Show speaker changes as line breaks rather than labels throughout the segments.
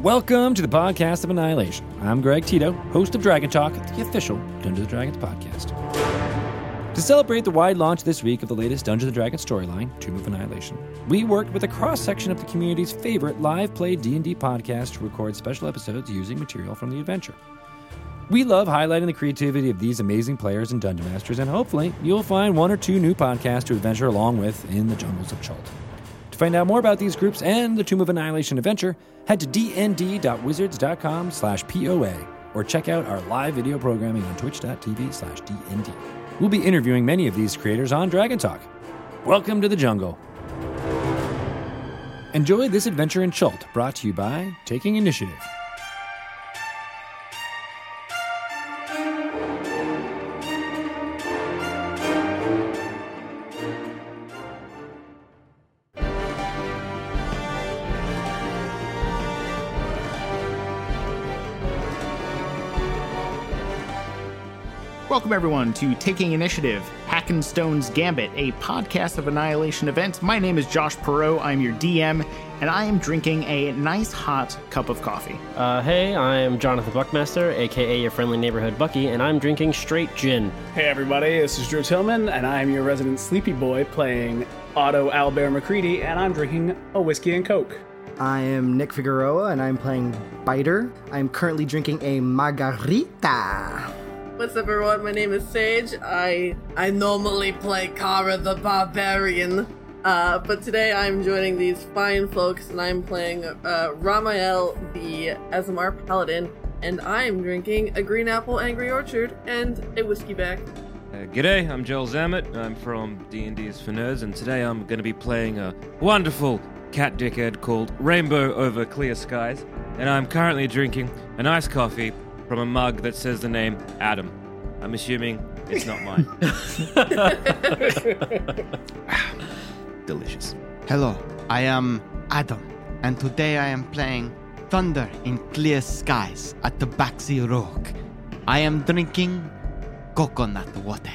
Welcome to the podcast of Annihilation. I'm Greg Tito, host of Dragon Talk, the official Dungeons and Dragons podcast. To celebrate the wide launch this week of the latest Dungeons and Dragons storyline, Tomb of Annihilation, we worked with a cross-section of the community's favorite live play D&D podcast to record special episodes using material from the adventure. We love highlighting the creativity of these amazing players and dungeon masters, and hopefully you'll find one or two new podcasts to adventure along with in the jungles of Chult. To find out more about these groups and the Tomb of Annihilation adventure, head to dnd.wizards.com slash POA or check out our live video programming on twitch.tv slash DND. We'll be interviewing many of these creators on Dragon Talk. Welcome to the jungle. Enjoy this adventure in Chult, brought to you by Taking Initiative.
Welcome, everyone, to Taking Initiative Hackenstone's Gambit, a podcast of Annihilation events. My name is Josh Perot. I'm your DM, and I am drinking a nice hot cup of coffee.
Uh, hey, I'm Jonathan Buckmaster, aka your friendly neighborhood Bucky, and I'm drinking straight gin.
Hey everybody, this is Drew Tillman, and I'm your resident sleepy boy playing Otto Albert McCready, and I'm drinking a whiskey and coke.
I am Nick Figueroa and I'm playing Biter. I'm currently drinking a margarita.
What's up, everyone? My name is Sage. I I normally play Kara the Barbarian, uh, but today I'm joining these fine folks, and I'm playing uh, Ramael the Azamar Paladin, and I'm drinking a Green Apple Angry Orchard and a whiskey back.
Uh, g'day, I'm Joel Zammett. I'm from D&D's for Nerds, and today I'm going to be playing a wonderful cat dickhead called Rainbow Over Clear Skies, and I'm currently drinking an iced coffee from a mug that says the name Adam. I'm assuming it's not mine. Ah, Delicious.
Hello, I am Adam, and today I am playing Thunder in Clear Skies at the Baxi Rock. I am drinking coconut water.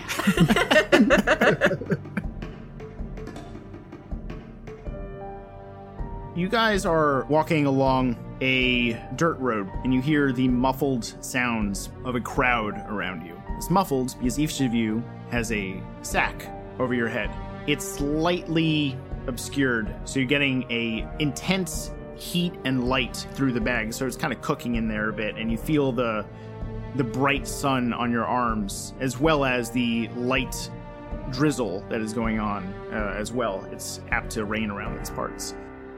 You guys are walking along a dirt road, and you hear the muffled sounds of a crowd around you. It's muffled because each of you has a sack over your head. It's slightly obscured, so you're getting a intense heat and light through the bag, so it's kind of cooking in there a bit, and you feel the the bright sun on your arms, as well as the light drizzle that is going on uh, as well. It's apt to rain around these parts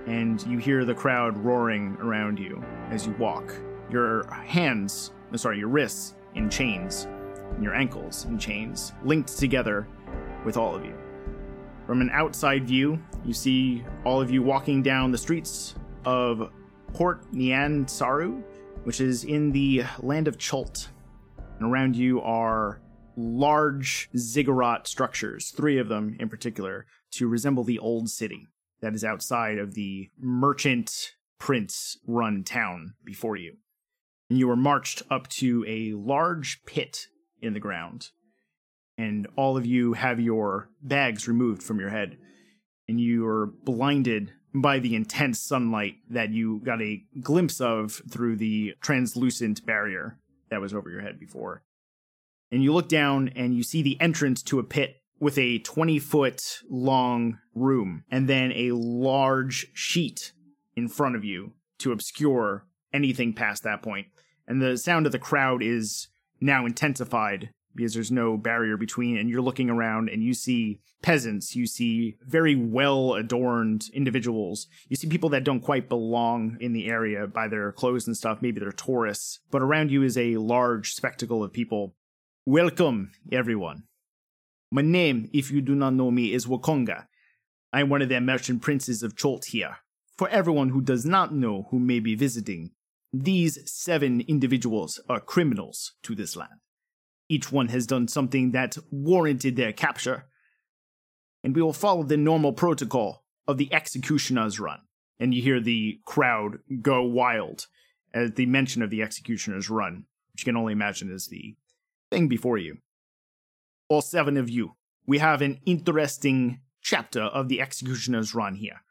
and you hear the crowd roaring around you as you walk. Your hands, no, sorry, your wrists in chains, and your ankles in chains, linked together with all of you. From an outside view, you see all of you walking down the streets of Port Nyan Saru, which is in the land of Chult. And around you are large ziggurat structures, three of them in particular, to resemble the old city that is outside of the merchant prince run town before you. And you are marched up to a large pit in the ground. And all of you have your bags removed from your head. And you are blinded by the intense sunlight that you got a glimpse of through the translucent barrier that was over your head before. And you look down and you see the entrance to a pit with a 20 foot long room and then a large sheet in front of you to obscure anything past that point. And the sound of the crowd is now intensified because there's no barrier between and you're looking around and you see peasants you see very well adorned individuals you see people that don't quite belong in the area by their clothes and stuff maybe they're tourists but around you is a large spectacle of people welcome everyone my name, if you do not know me, is Wakonga. I am one of the merchant princes of Cholt here. For everyone who does not know who may be visiting, these seven individuals are criminals to this land. Each one has done something that warranted their capture, and we will follow the normal protocol of the executioner's run. And you hear the crowd go wild at the mention of the executioner's run, which you can only imagine is the thing before you all seven of you, we have an interesting chapter of the executioner's run here.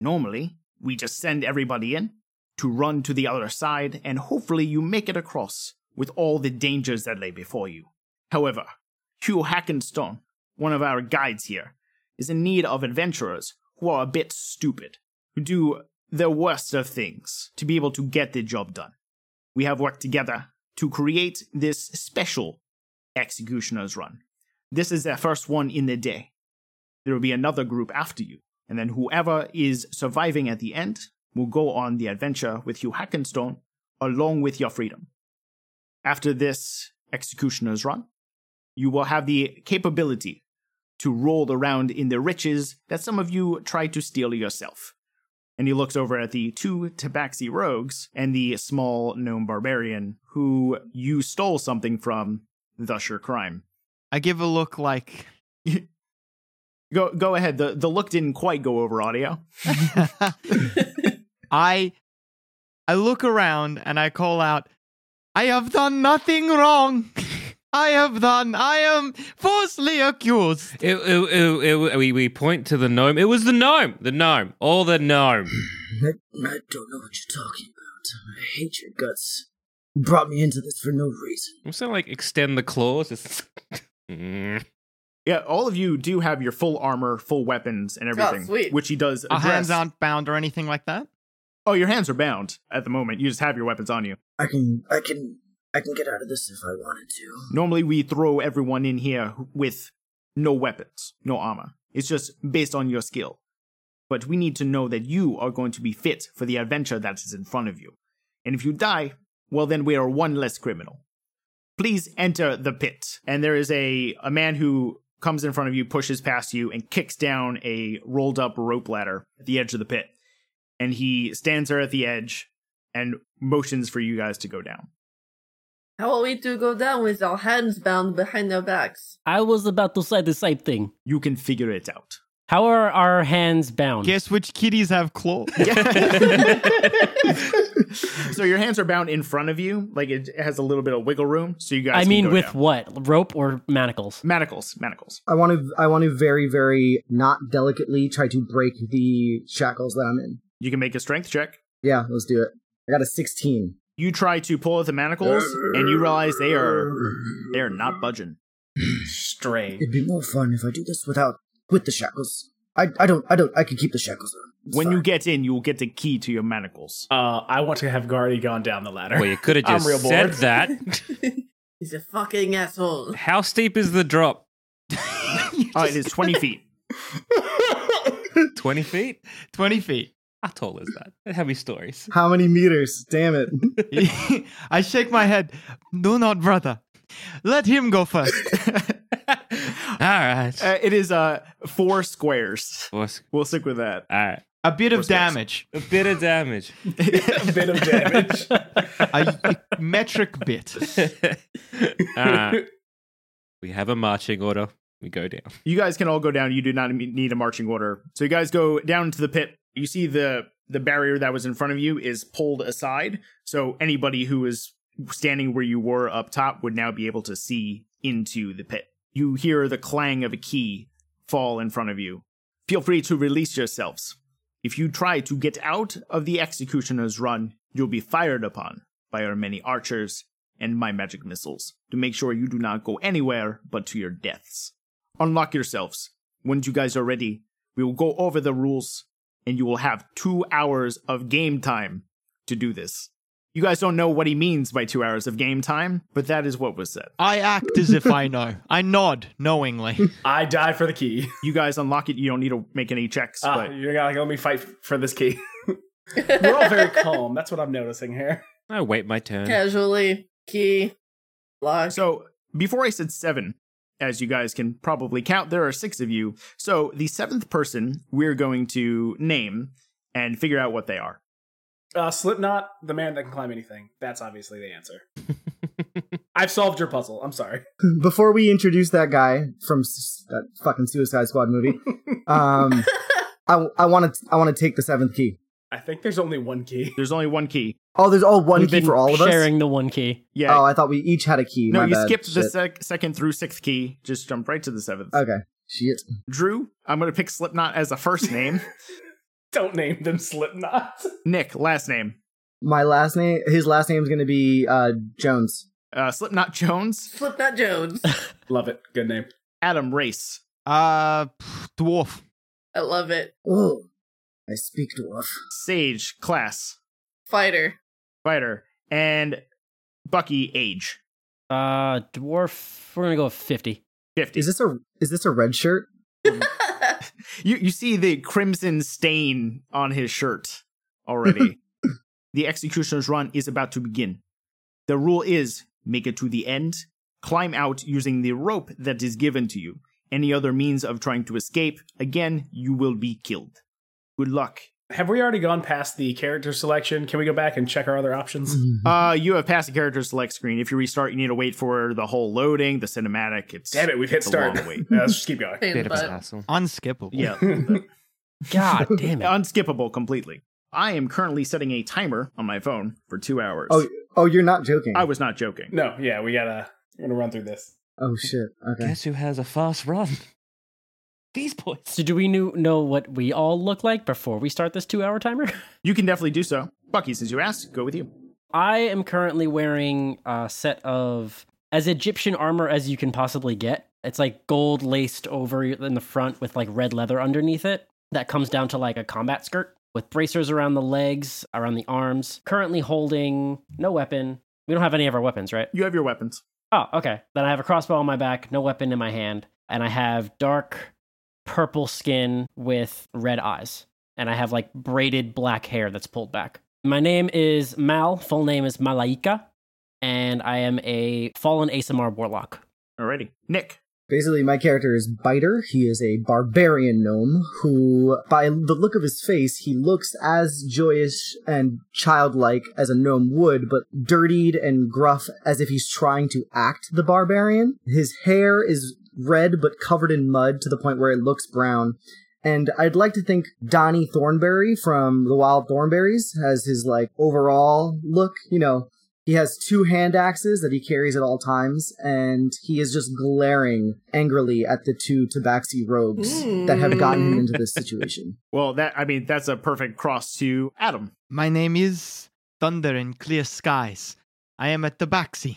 Normally, we just send everybody in to run to the other side, and hopefully you make it across with all the dangers that lay before you. However, Hugh Hackenstone, one of our guides here, is in need of adventurers who are a bit stupid, who do the worst of things to be able to get the job done. We have worked together to create this special executioner's run. This is their first one in the day. There will be another group after you, and then whoever is surviving at the end will go on the adventure with Hugh Hackenstone along with your freedom. After this executioner's run, you will have the capability to roll around in the riches that some of you tried to steal yourself. And he looks over at the two Tabaxi rogues and the small gnome barbarian who you stole something from, thus your crime.
I give a look like.
Go go ahead. The the look didn't quite go over audio.
I I look around and I call out, I have done nothing wrong. I have done. I am falsely accused.
It, it, it, it, we, we point to the gnome. It was the gnome. The gnome. All the gnome.
I, I don't know what you're talking about. I hate your guts. You brought me into this for no reason.
I'm saying like extend the claws. It's- Mm.
Yeah, all of you do have your full armor, full weapons, and everything,
sweet.
which he does.
Our hands
address.
aren't bound or anything like that.
Oh, your hands are bound at the moment. You just have your weapons on you.
I can, I can, I can get out of this if I wanted to.
Normally, we throw everyone in here with no weapons, no armor. It's just based on your skill. But we need to know that you are going to be fit for the adventure that is in front of you. And if you die, well, then we are one less criminal. Please enter the pit. And there is a, a man who comes in front of you, pushes past you, and kicks down a rolled up rope ladder at the edge of the pit. And he stands there at the edge and motions for you guys to go down.
How are we to go down with our hands bound behind our backs?
I was about to say the same thing.
You can figure it out.
How are our hands bound?
Guess which kitties have claws?
so your hands are bound in front of you, like it has a little bit of wiggle room, so you guys.
I
can
mean,
go
with
down.
what? Rope or manacles?
manacles, manacles.
I want to. I want to very, very not delicately try to break the shackles that I'm in.
You can make a strength check.
Yeah, let's do it. I got a 16.
You try to pull at the manacles, and you realize they are they are not budging.
Strange.
It'd be more fun if I do this without, with the shackles. I, I don't, I don't, I can keep the shackles on. It's
When
fine.
you get in, you will get the key to your manacles.
Uh, I want to have Guardy gone down the ladder.
Well, you could have
I'm
just
real
said
bored.
that.
He's a fucking asshole.
How steep is the drop?
Oh, it is twenty feet.
20 feet?
20 feet.
How tall is that? That heavy stories.
How many meters? Damn it.
I shake my head. Do not, brother. Let him go first.
All right.
Uh, it is uh four squares.
What's-
We'll stick with that.
All right.
A bit of damage.
A bit of damage.
a bit of damage.
A metric bit.
All right. We have a marching order. We go down.
You guys can all go down. You do not need a marching order. So you guys go down to the pit. You see the the barrier that was in front of you is pulled aside. So anybody who is standing where you were up top would now be able to see into the pit. You hear the clang of a key fall in front of you. Feel free to release yourselves. If you try to get out of the executioner's run, you'll be fired upon by our many archers and my magic missiles to make sure you do not go anywhere but to your deaths unlock yourselves. Once you guys are ready, we will go over the rules and you will have two hours of game time to do this. You guys don't know what he means by two hours of game time, but that is what was said.
I act as if I know. I nod knowingly.
I die for the key.
You guys unlock it. You don't need to make any checks,
Ah,
but
you're gonna let me fight for this key. We're all very calm. That's what I'm noticing here.
I wait my turn.
Casually, key, lock.
So before I said seven, as you guys can probably count, there are six of you. So the seventh person we're going to name and figure out what they are.
Uh, Slipknot, the man that can climb anything. That's obviously the answer. I've solved your puzzle. I'm sorry.
Before we introduce that guy from s- that fucking Suicide Squad movie, um, I want to I want to take the seventh key.
I think there's only one key.
There's only one key.
Oh, there's all one
We've
key
been
for all of us.
Sharing the one key.
Yeah.
Oh, I thought we each had a key.
no,
My
you
bad.
skipped uh, the
Shit.
sec- second through sixth key. Just jumped right to the seventh.
Okay, shit.
Drew, I'm going to pick Slipknot as a first name.
Don't name them Slipknot.
Nick, last name.
My last name, his last name is going to be uh, Jones.
Uh, Slipknot Jones,
Slipknot Jones.
Love it. Good name.
Adam Race.
Uh, pff, dwarf.
I love it.
Oh, I speak dwarf.
Sage, class,
Fighter.
fighter, and Bucky, age
Uh, dwarf. We're gonna go with fifty.
50.
Is this a is this a red shirt?
you, you see the crimson stain on his shirt already. the executioner's run is about to begin. The rule is make it to the end, climb out using the rope that is given to you. Any other means of trying to escape, again, you will be killed. Good luck.
Have we already gone past the character selection? Can we go back and check our other options?
Uh, you have passed the character select screen. If you restart, you need to wait for the whole loading, the cinematic. It's
Damn it, we've hit
it's a
start.
long wait.
Yeah, let's just keep going.
Pain in
Bit
the
of a
butt.
hassle.
Unskippable.
Yeah.
God damn it!
unskippable completely. I am currently setting a timer on my phone for two hours.
Oh, oh, you're not joking.
I was not joking.
No, yeah, we gotta. We're gonna run through this.
oh shit. Okay.
Guess who has a fast run? These boys.
So do we knew, know what we all look like before we start this two-hour timer?
You can definitely do so. Bucky, since you asked, go with you.
I am currently wearing a set of as Egyptian armor as you can possibly get. It's like gold laced over in the front with like red leather underneath it that comes down to like a combat skirt with bracers around the legs, around the arms. Currently holding no weapon. We don't have any of our weapons, right?
You have your weapons.
Oh, okay. Then I have a crossbow on my back, no weapon in my hand, and I have dark purple skin with red eyes. And I have like braided black hair that's pulled back. My name is Mal, full name is Malaika, and I am a fallen ASMR warlock.
Alrighty. Nick.
Basically, my character is Biter. He is a barbarian gnome who, by the look of his face, he looks as joyous and childlike as a gnome would, but dirtied and gruff as if he's trying to act the barbarian. His hair is red but covered in mud to the point where it looks brown. And I'd like to think Donnie Thornberry from The Wild Thornberries has his, like, overall look, you know, he has two hand axes that he carries at all times, and he is just glaring angrily at the two Tabaxi rogues that have gotten him into this situation.
Well, that I mean, that's a perfect cross to Adam.
My name is Thunder in Clear Skies. I am a tabaxi.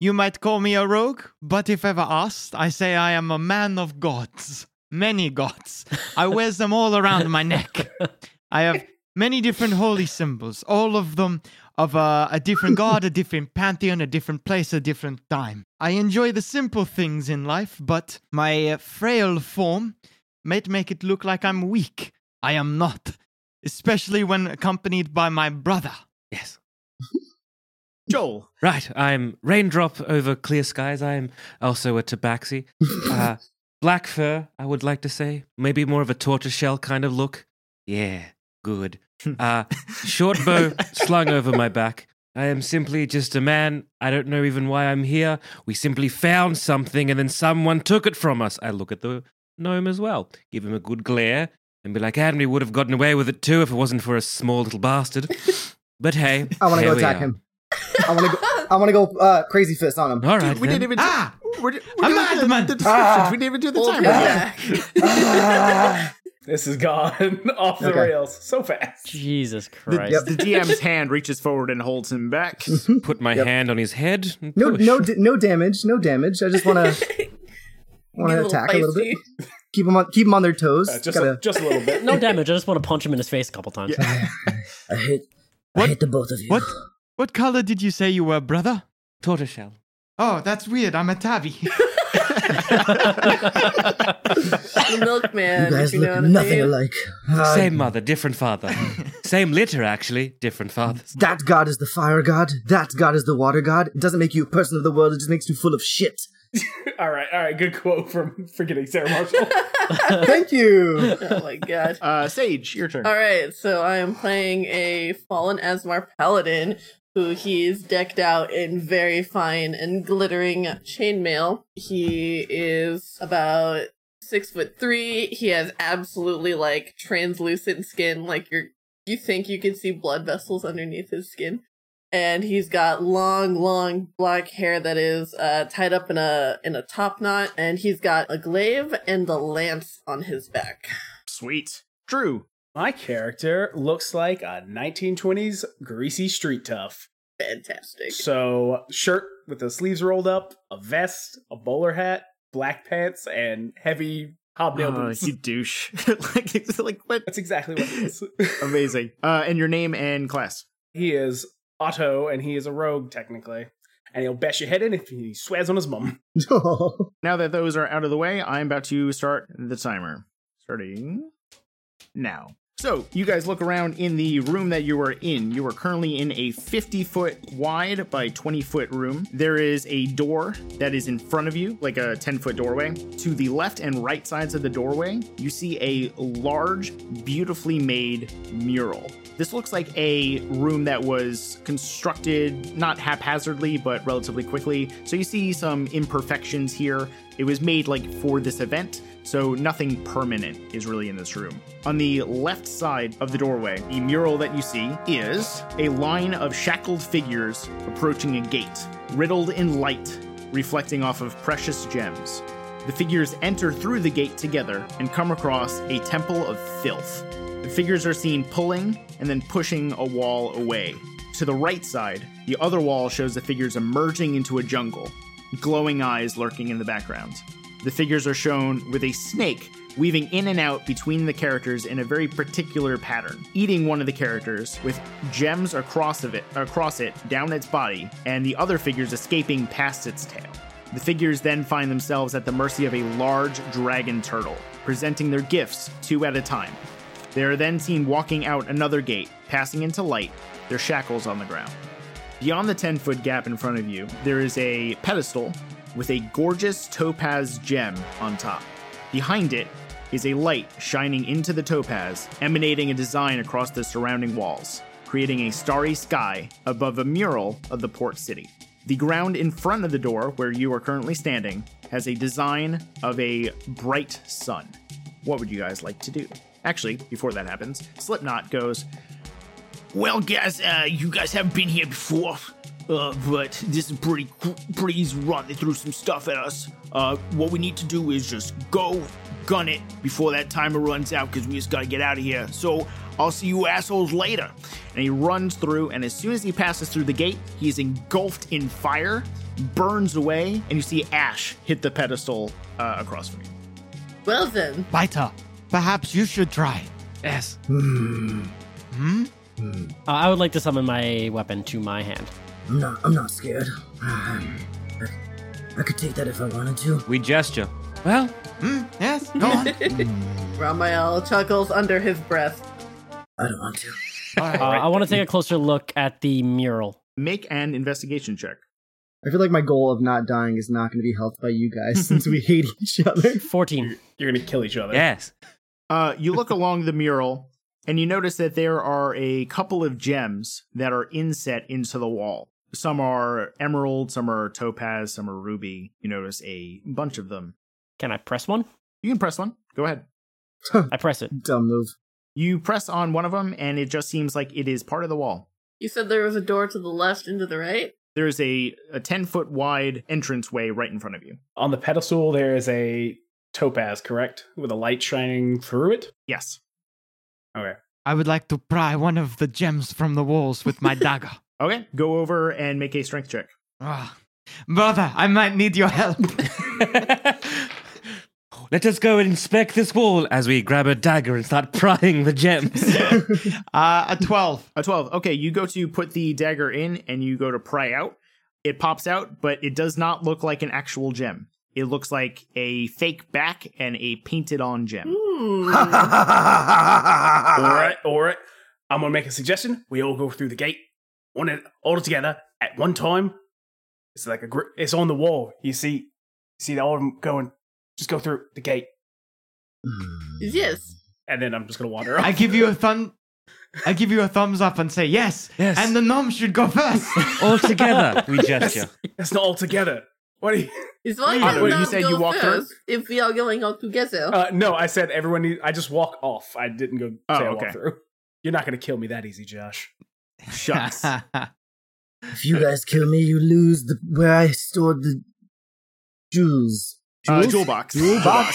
you might call me a rogue, but if ever asked, I say I am a man of gods. Many gods. I wear them all around my neck. I have many different holy symbols, all of them of uh, a different god, a different pantheon, a different place, a different time. I enjoy the simple things in life, but my uh, frail form might make it look like I'm weak. I am not, especially when accompanied by my brother.
Yes.
Joel.
Right, I'm Raindrop over Clear Skies. I'm also a tabaxi. Uh, black fur, I would like to say. Maybe more of a tortoiseshell kind of look. Yeah, good.
Hmm.
Uh, short bow slung over my back. I am simply just a man. I don't know even why I'm here. We simply found something and then someone took it from us. I look at the gnome as well, give him a good glare, and be like, and we would have gotten away with it too if it wasn't for a small little bastard. But hey,
I want to
here
go
we
attack
are.
him. I want to go. I want to go uh, crazy fist on him.
All right,
we
then.
didn't even
Ah!
we're, we're
I'm
doing
mad,
the,
man.
the descriptions.
Ah.
we didn't even do the
Old
time.
back.
This is gone off the
Okay.
rails so fast.
Jesus
The,
Christ.
the DM's hand reaches forward and holds him back.
Mhm.
put my hand on his head. And
No,
push.
no, d- no damage. No damage. I just want to want
Get
to
a
attack a little bit.
feisty.
Keep them on. Keep 'em on their toes.
Uh, just,
Gotta-
a, just a little bit.
No damage, I just want to punch him in his face a couple times.
I hate.
What?
I hate the both of you.
What? What color did you say you were, brother?
tortoiseshell.
Oh, that's weird. I'm a tabby.
The milkman.
You guys
Um, if you know
look
what I
nothing
mean.
alike. Uh,
Same mother, different father. Same litter, actually, different fathers.
that god is the fire god. That god is the water god. It doesn't make you a person of the world. It just makes you full of shit.
All right, all right. Good quote from freaking Sarah Marshall.
Thank you.
Oh my god.
Uh, Sage, your turn.
All right, so I am playing a fallen Asmar paladin who he is decked out in very fine and glittering chainmail. He is about six foot three. He has absolutely like translucent skin, like you're you think you can see blood vessels underneath his skin. And he's got long, long black hair that is uh, tied up in a in a top knot, and he's got a glaive and a lance on his back.
Sweet. Drew.
My character looks like a 1920s greasy street tough.
Fantastic.
So, shirt with the sleeves rolled up, a vest, a bowler hat, black pants, and heavy hobnail
Oh,
boots.
you douche. like, it's like what?
That's exactly what it is.
Amazing. Uh, and your name and class.
he is Otto, and he is a rogue, technically. And he'll bash your head in if he swears on his mum.
Now that those are out of the way, I'm about to start the timer. Starting now. So, you guys look around in the room that you are in. You are currently in a 50 foot wide by 20 foot room. There is a door that is in front of you, like a 10 foot doorway. To the left and right sides of the doorway, you see a large, beautifully made mural. This looks like a room that was constructed not haphazardly, but relatively quickly. So, you see some imperfections here. It was made like for this event, so nothing permanent is really in this room. On the left side of the doorway, the mural that you see is a line of shackled figures approaching a gate, riddled in light, reflecting off of precious gems. The figures enter through the gate together and come across a temple of filth. The figures are seen pulling and then pushing a wall away. To the right side, the other wall shows the figures emerging into a jungle, glowing eyes lurking in the background. The figures are shown with a snake weaving in and out between the characters in a very particular pattern, eating one of the characters with gems across of it across it down its body, and the other figures escaping past its tail. The figures then find themselves at the mercy of a large dragon turtle, presenting their gifts two at a time. They are then seen walking out another gate, passing into light, their shackles on the ground. Beyond the 10 foot gap in front of you, there is a pedestal with a gorgeous topaz gem on top. Behind it is a light shining into the topaz, emanating a design across the surrounding walls, creating a starry sky above a mural of the port city. The ground in front of the door, where you are currently standing, has a design of a bright sun. What would you guys like to do? Actually, before that happens, Slipknot goes, well, guys, uh, you guys haven't been here before, uh, but this is pretty cool- pretty easy run. They threw some stuff at us. Uh, what we need to do is just go gun it before that timer runs out because we just gotta get out of here. So I'll see you assholes later. And he runs through, and as soon as he passes through the gate, he is engulfed in fire, burns away, and you see ash hit the pedestal uh, across from you.
Well then,
Biter, perhaps you should try.
Yes.
Hmm?
Hmm,
Uh, I would like to summon my weapon to my hand.
I'm not. I'm not scared. Um, I, I could take that if I wanted to.
We gesture.
Well,
Hmm? Yes? Go on.
Ramael chuckles under his breath.
I don't want to.
All right.
Uh, I want to take a closer look at the mural.
Make an investigation check.
I feel like my goal of not dying is not going to be helped by you guys since we hate each other.
14.
You're gonna kill each other.
Yes.
Uh, you look along the mural and you notice that there are a couple of gems that are inset into the wall. Some are emerald, some are topaz, some are ruby. You notice a bunch of them.
Can I press one?
You can press one. Go ahead.
I press it.
Dumb move.
You press on one of them and it just seems like it is part of the wall.
You said there was a door to the left and to the right?
There is a, a 10 foot wide entranceway right in front of you.
On the pedestal, there is a topaz, correct? With a light shining through it.
Yes.
Okay.
I would like to pry one of the gems from the walls with my dagger.
Okay. Go over and make a strength check.
Ah, brother, I might need your help.
Let us go and inspect this wall as we grab a dagger and start prying the gems.
Uh, a 12.
A 12. Okay, you go to put the dagger in and you go to pry out. It pops out, but it does not look like an actual gem. It looks like a fake back and a painted on gem.
Hmm.
All right, all right. I'm gonna make a suggestion. We all go through the gate, on it, all together at one time. It's like a gr- it's on the wall. You see, you see all of them going. Just go through the gate,
yes.
and then I'm just gonna wander.
I
off.
give you a thumb. I give you a thumbs up and say yes.
Yes.
And the gnome should go first.
All together, we gesture.
That's not all together. What? Are you-
As long
Hmm.
I
as
don't know, you
not
said
go
you walked through?
first, if we are going all together.
uh, no, I said everyone. Need- I just walk off. I didn't go. Say
Oh,
I
okay.
walk through. You're not gonna kill me that easy, Josh.
Shucks.
If you guys kill me, you lose the where I stored the jewels.
Uh, jewel box.
Jewel box.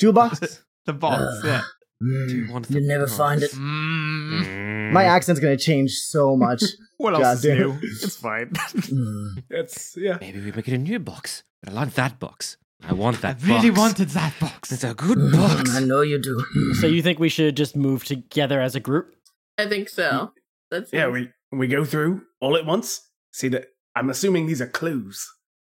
Jewel box.
the box. Yeah.
Mm,
Do you want
You'll
the
never
prize?
find it.
Mm.
My accent's gonna change so much.
What else is
Goddamn.
new? It's fine.
Mm.
That's yeah.
Maybe we make it a new box. But I like that box. I want
I
that
really
box.
wanted that box.
It's a good
Mm,
box.
I know you do.
So you think we should just move together as a group?
I think so.
hmm.
That's
Yeah, we we go through all at once. See that I'm assuming these are clues.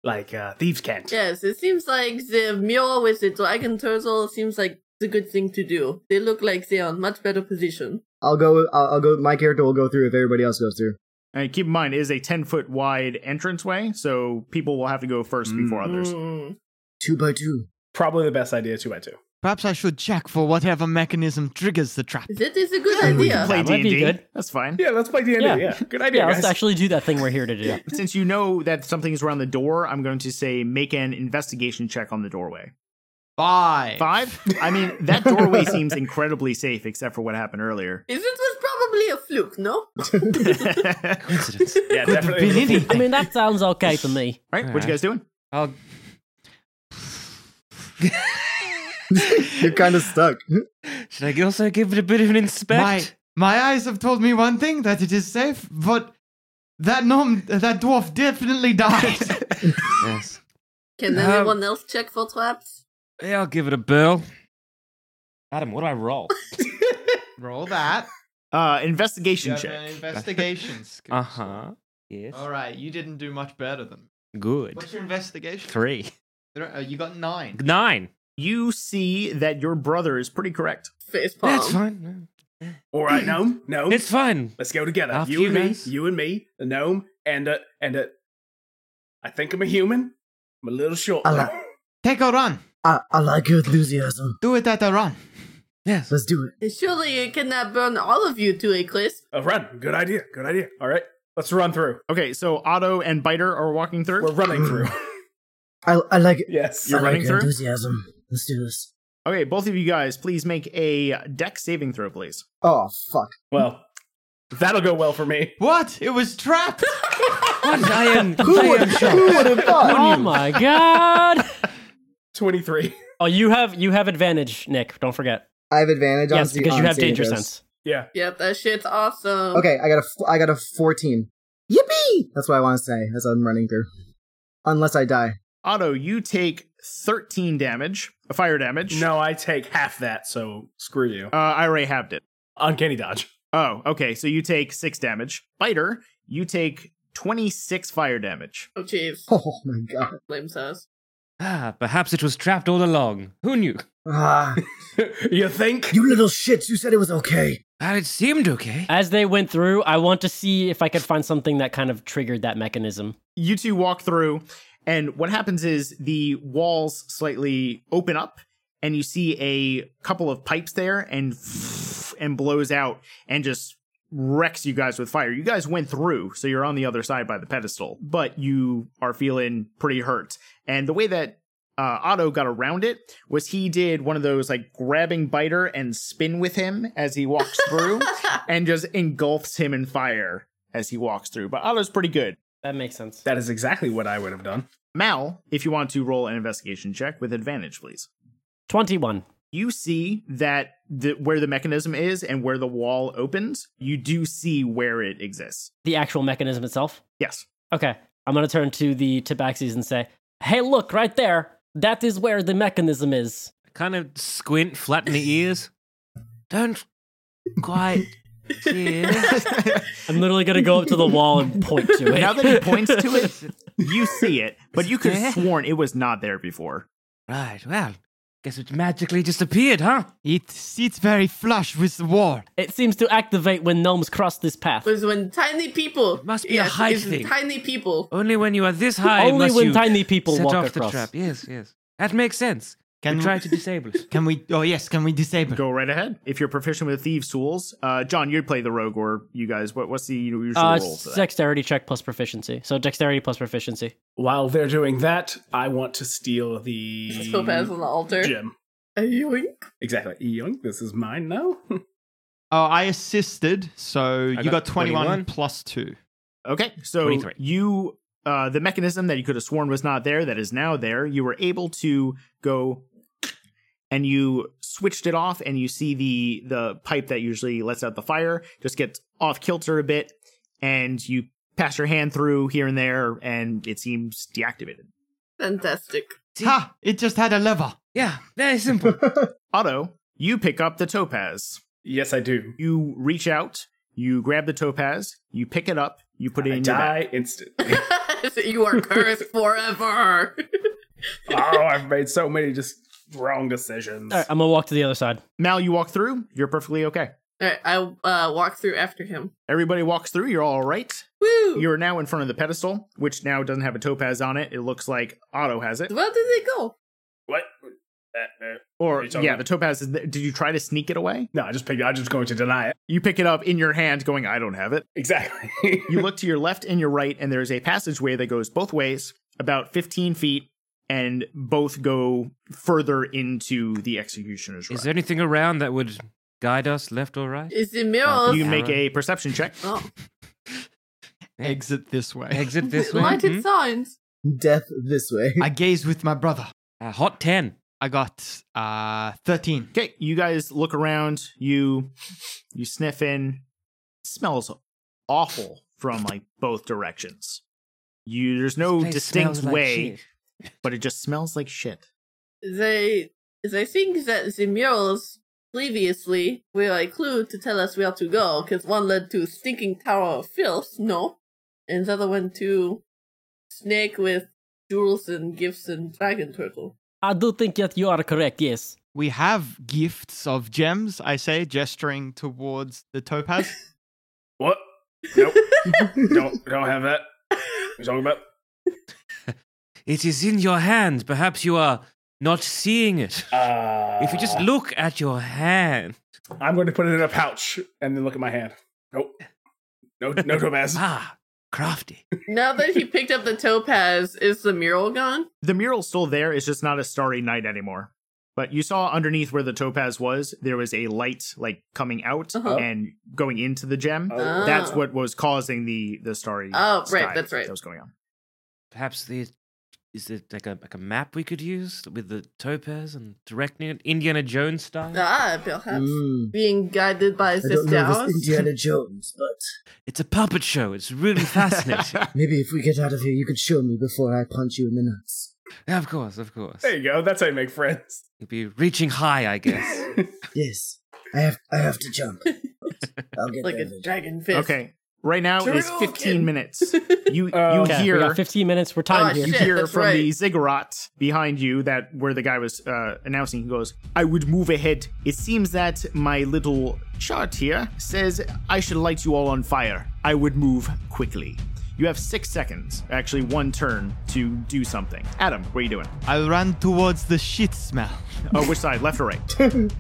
Like uh thieves can't.
Yes, it seems like the Muir with the dragon turtle seems like the good thing to do. They look like they are in much better position.
I'll go. I'll, I'll go. My character will go through if everybody else goes through.
And keep in mind, it is a 10 foot wide entranceway, so people will have to go first before others.
Mm.
Two by two.
Probably the best idea two by two.
Perhaps I should check for whatever mechanism triggers the trap.
That is a good
We can
idea.
play
That might be
D&D.
good.
That's fine.
Yeah, let's play D&D.
Yeah.
Yeah. Good idea,
Yeah,
guys.
let's actually do that thing we're here to do.
Since you know that something's around the door, I'm going to say make an investigation check on the doorway.
Five.
Five? I mean, that doorway seems incredibly safe except for what happened earlier.
Is it was probably a fluke, no?
right?
Coincidence.
yeah,
Could have been
definitely.
I
anything.
mean, that sounds okay to me.
What you guys doing?
I'll
You're kind of stuck.
Should I also give it a bit of an inspect?
My, my eyes have told me one thing that it is safe, but that gnome, that dwarf definitely died.
Yes.
Uh,
Can
Um,
anyone else check for traps?
Yeah, I'll give it a burl. Adam, what do I roll?
Roll that.
Uh, investigation check.
investigations.
uh huh. Yes.
right, you didn't do much better than.
Good.
your investigation? uh,
Three.
You got nine.
Nine.
You see that your brother is pretty correct.
Face palm.
That's fine.
all right, gnome. Gnome.
It's fine.
Let's go together.
After
you,
you
and me,
guys.
you and me, the gnome, and uh, and uh, I think I'm a human. I'm a little short.
I like-
Take a run.
I, I like your enthusiasm.
Do it at a run.
Yes.
Let's do it.
Surely you cannot burn all of you to a crisp.
a run. Good idea. Good idea. All right, let's run through.
Okay, so Otto and Biter are walking through.
We're running through.
I, I like it.
yes.
You're
I like
running
your
through?
enthusiasm. Let's do this.
Okay, both of you guys, please make a deck saving throw, please.
Oh fuck!
Well, that'll go well for me.
What? It was trapped.
What? I am.
Who
I
would
am shocked.
have thought?
Oh my god!
Twenty-three.
Oh, you have you have advantage, Nick. Don't forget.
I have advantage on
yes,
sa-
because you
on
have
saving
danger
throws.
sense.
Yeah.
Yep, that shit's awesome.
Okay, I got a f- I got a fourteen. Yippee! That's what I want to say as I'm running through. Unless I die.
Otto, you take 13 damage, uh, fire damage.
No, I take half that, so screw you.
Uh, I already halved it.
Uncanny dodge.
Oh, okay, so you take 6 damage. Biter, you take 26 fire damage.
Oh jeez.
Oh my god!
Blame sauce.
Ah, perhaps it was trapped all along. Who knew?
Ah,
you think?
you little shits. You said it was okay.
Ah, it seemed okay.
As they went through, I want to see if I could find something that kind of triggered that mechanism.
You two walk through, and what happens is the walls slightly open up, and you see a couple of pipes there, and and blows out and just wrecks you guys with fire. You guys went through, so you're on the other side by the pedestal, but you are feeling pretty hurt. And the way that uh, Otto got around it was he did one of those like grabbing biter and spin with him as he walks through, and just engulfs him in fire as he walks through. But Otto's pretty good.
That makes sense.
That is exactly what I would have done.
Mal, if you want to roll an investigation check with advantage, please.
Twenty-one.
You see that the, where the mechanism is and where the wall opens, you do see where it exists.
The actual mechanism itself.
Yes.
Okay, I'm gonna turn to the Tabaxis and say, "Hey, look right there. That is where the mechanism is."
Kind of squint, flatten the ears. Don't quite. Yeah.
I'm literally gonna go up to the wall and point to it.
Now that he points to it, you see it, but you could have sworn it was not there before.
Eh? Right. Well, guess it magically disappeared, huh?
It sits very flush with the wall.
it seems to activate when gnomes cross this path.
was when tiny people
must be a height
it's
thing.
Tiny people.
Only when you are this high
Only
must
when
you
tiny people
set
walk
off
across.
the trap. Yes, yes. That makes sense.
Can
Can try to disable it.
Can we? Oh yes, can we disable?
Go right ahead. If you're proficient with thieves' tools, uh, John, you'd play the rogue, or you guys. What, what's the usual
Uh,
role for that?
dexterity check plus proficiency. So dexterity plus proficiency.
While they're doing that, I want to steal the
Just Topaz on the altar.
gem.
Yoink.
Exactly. Yoink, this is mine now.
Oh, I assisted, so you
got
got, 21,
21.
plus two.
Okay, so
23.
you uh, the mechanism that you could have sworn was not there that is now there. You were able to go and you switched it off and you see the the pipe that usually lets out the fire just gets off kilter a bit and you pass your hand through here and there and it seems deactivated.
Fantastic.
Ha! It just had a lever.
Yeah, very simple.
Otto, you pick up the topaz.
Yes, I do.
You reach out, you grab the topaz, you pick it up, you put it
I
in your bag.
die instantly.
you are cursed forever.
oh, I've made so many just wrong decisions.
All right, I'm gonna walk to the other side.
Mal, you walk through, you're perfectly okay.
All right, I uh, walk through after him.
Everybody walks through, you're all right.
Woo!
You're now in front of the pedestal, which now doesn't have a topaz on it. It looks like Otto has it.
Where did they go?
what? Uh, uh,
Or
Are you talking
yeah, the
about-
topaz is. Th- did you try to sneak it away?
no, I just picked. I'm just going to deny it.
You pick it up in your hand, going, "I don't have it."
Exactly.
You look to your left and your right, and there's a passageway that goes both ways, about 15 feet, and both go further into the executioner's room.
Is there anything around that would guide us left or right?
Is it mirrors?
you make a perception check.
oh,
Exit this way.
Exit this way.
lighted
hmm?
signs.
Death this way.
I gaze with my brother.
A Uh, hot 10.
I got uh 13.
Okay, you guys look around. You you sniff in. smells awful from like both directions. You there's no
This place
distinct
smells like
way,
shit.
but it just smells like shit.
They, they think that the murals previously were a clue to tell us where to go, because one led to stinking tower of filth, no, and the other one to snake with jewels and gifts and dragon turtle.
I do think that you are correct. Yes.
We have gifts of gems, I say, gesturing towards the topaz.
what? Nope. don't don't have that. What you talking about?
It is in your hand. Perhaps you are not seeing it.
Ah.
Uh,
If you just look at your hand.
I'm going to put it in a pouch and then look at my hand. Nope. No, no topaz.
Ah, crafty.
Now that he picked up the topaz, is the mural gone?
The mural's still there, it's just not a starry night anymore. But you saw underneath where the topaz was, there was a light like coming out
Uh-huh.
and going into the gem.
Oh.
That's
Oh.
what was causing the the starry.
Oh, right,
sky
that's right.
That was going on.
Perhaps the is there like a like a map we could use with the topaz and directing it Indiana Jones style?
Ah, perhaps.
Mm.
Being guided by
I don't
sister
know if
house.
it's Indiana Jones, but
It's a puppet show. It's really fascinating.
maybe if we get out of here, you could show me before I punch you in the nuts.
Yeah, of course, of course.
There you go. That's how you make friends.
You'll be reaching high, I guess.
Yes, I have. I have to jump. I'll get
like a
there. eventually.
dragon fish.
Okay. Right now it's
True,
15
kid.
minutes. You
Oh.
you
Okay,
Okay. We
hear
got 15 minutes. We're timed
Ah,
here.
you
Shit,
hear
that's
from the
right.
ziggurat behind you that where the guy was uh, announcing he goes i would move ahead it seems that my little chart here says i should light you all on fire i would move quickly you have six seconds actually one turn to do something adam what are you doing
I'll run towards the shit smell.
oh which side left or right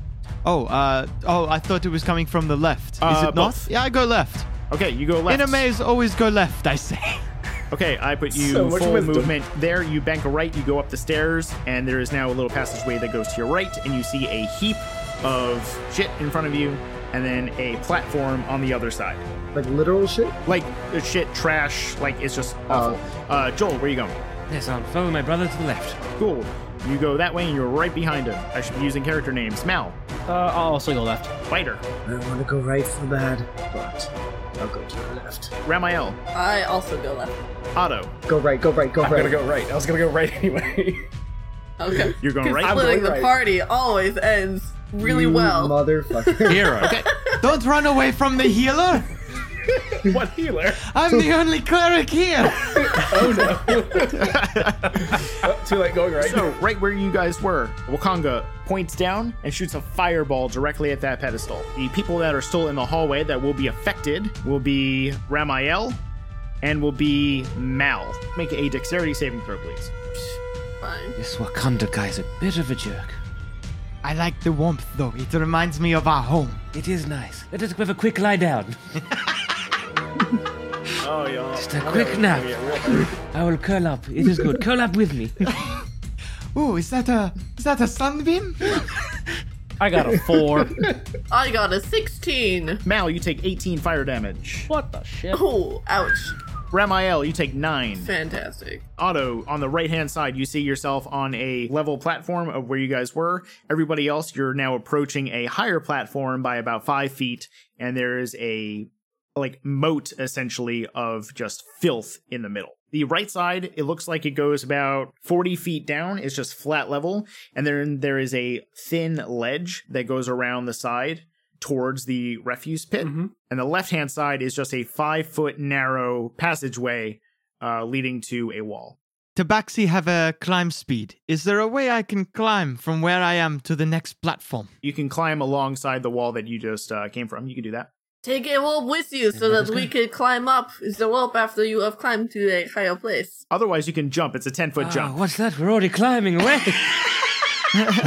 Oh, uh, oh, I thought it was coming from the left. Is
Uh,
it not?
both.
Yeah, I go left.
okay you go left
In a maze, always go left, I say.
okay i put you
So much
full
wisdom.
movement there you bank a right you go up the stairs and there is now a little passageway that goes to your right and you see a heap of shit in front of you and then a platform on the other side
Like literal shit.
like uh, shit, trash, like it's just awful. Uh, Joel, where you going?
yes, I'll follow my brother to the left.
Cool. You go that way, and you're right behind him. I should be using character names. Mal,
Uh, I'll also go left.
Fighter,
I want to go right for bad, but
Oh,
I'll go to the left.
Ramael,
I also go left.
Otto.
Go right. Go right. Go
I'm
right.
gonna go right. I was gonna go right anyway.
Okay.
You're going
'Cause
right? I'm
Splitting
going
the
right.
party always ends really
You
well.
motherfucker.
Hero.
Don't run away from the healer.
what healer?
I'm the only cleric here.
Oh, Too late going right.
So right where you guys were, Wakanga points down and shoots a fireball directly at that pedestal. The people that are still in the hallway that will be affected will be Ramael and will be Mal. Make a dexterity saving throw, please.
Fine.
This Wakanda guy's a bit of a jerk.
I like the warmth, though. It reminds me of our home.
It is nice. Let us have a quick lie down.
Oh, y'all.
Just a quick nap. I will curl up. It is good. curl up with me.
Ooh, is that a is that a sunbeam?
I got a four.
I got a 16.
Mal, you take 18 fire damage.
what the shit?
Oh, ouch.
Ramiel, you take nine.
Fantastic.
Otto, on the right hand side, you see yourself on a level platform of where you guys were. Everybody else, you're now approaching a higher platform by about five feet, and there is a like moat essentially of just filth in the middle. The right side, it looks like it goes about 40 feet down. It's just flat level. And then there is a thin ledge that goes around the side towards the refuse pit. And the left hand side is just a five foot narrow passageway uh, leading to a wall.
Tabaxi have a climb speed. Is there a way I can climb from where I am to the next platform?
You can climb alongside the wall that you just uh, came from. You can do that.
Take it all with you so that we can climb up the rope after you have climbed to a higher place.
Otherwise, you can jump. It's a 10 foot
Ah,
jump.
what's that? We're already climbing away.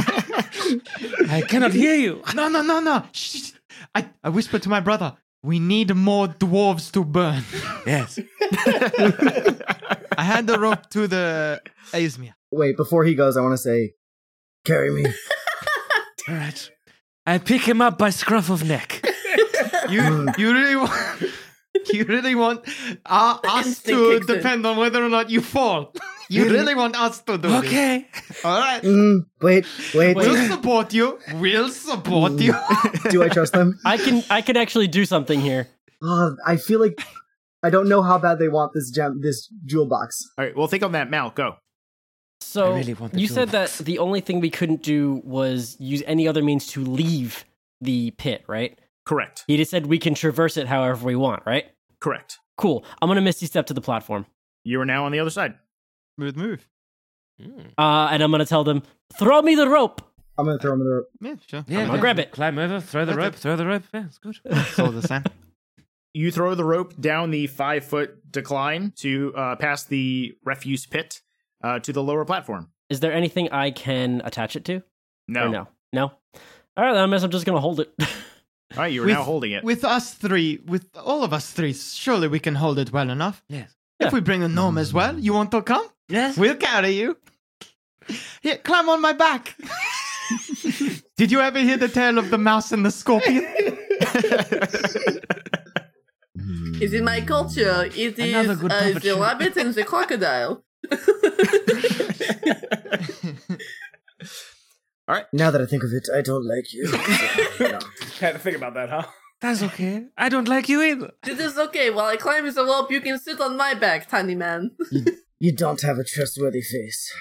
I cannot hear you.
No, no, no, no. Shh. shh. I, I whisper to my brother, we need more dwarves to burn.
Yes.
I hand the rope to the Aesmia.
Wait, before he goes, I want to say, carry me.
All right. I pick him up by scruff of neck.
You, you really want, you really want uh, us
instinct
to
kicks in.
depend on whether or not you fall. You really want us to do this.
Okay.
All right.
Mm, wait, wait. Mm.
We'll support you. We'll support you.
Do I trust them?
I can I can actually do something here.
Oh, I feel like I don't know how bad they want this gem, this jewel box.
All right. Well, think on that, Mal. Go.
So
really want the
you
jewel
said
box.
that the only thing we couldn't do was use any other means to leave the pit, right?
Correct.
You just said we can traverse it however we want, right?
Correct.
Cool. I'm gonna misty step to the platform,
You are now on the other side.
Smooth move.
Hmm.
uh, and I'm gonna tell them, "Throw me the rope."
I'm gonna throw him in the.
Yeah, sure.
Yeah,
I'll
yeah.
grab it.
Climb over, throw the
Okay.
rope, throw the rope. Yeah, it's good.
It's all the same.
You throw the rope down the five foot decline to uh, past the refuse pit uh, to the lower platform.
Is there anything I can attach it to?
No.
Or no. No. All right, then I guess I'm just gonna hold it.
All right. You are
With-
now holding it.
With us three, with all of us three, surely we can hold it well enough.
Yes.
Yeah.
If we bring a gnome as well, you want to come?
Yes.
We'll carry you. Here, climb on my back. Did you ever hear the tale of the mouse and the scorpion?
Is in my culture, it is
Mm. Another good
uh,
puppet
the
show.
rabbit and the crocodile.
Now that I think of it, I don't like you.
Had to think about that, huh?
That's okay. I don't like you either.
This is okay. While I climb the rope, you can sit on my back, tiny man.
you don't have a trustworthy face.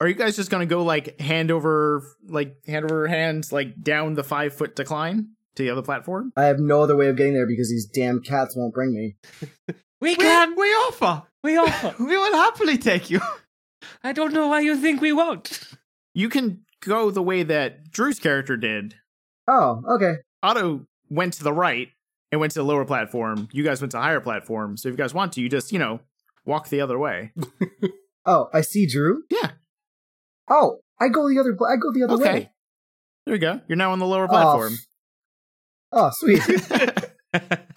Are you guys just gonna go like hand over like hand over hand like down the five foot decline to the other platform?
I have no other way of getting there because these damn cats won't bring me.
We
We,
can.
we offer.
We offer.
We will happily take you.
I don't know why you think we won't.
You can go the way that Drew's character did.
Oh, okay.
Otto went to the right and went to the lower platform. You guys went to higher platform. So if you guys want to, you just you know walk the other way.
Oh, I see Drew.
Yeah.
Oh, I go the other. I go the other
Okay.
way.
There you go. You're now on the lower platform.
Oh, sweet.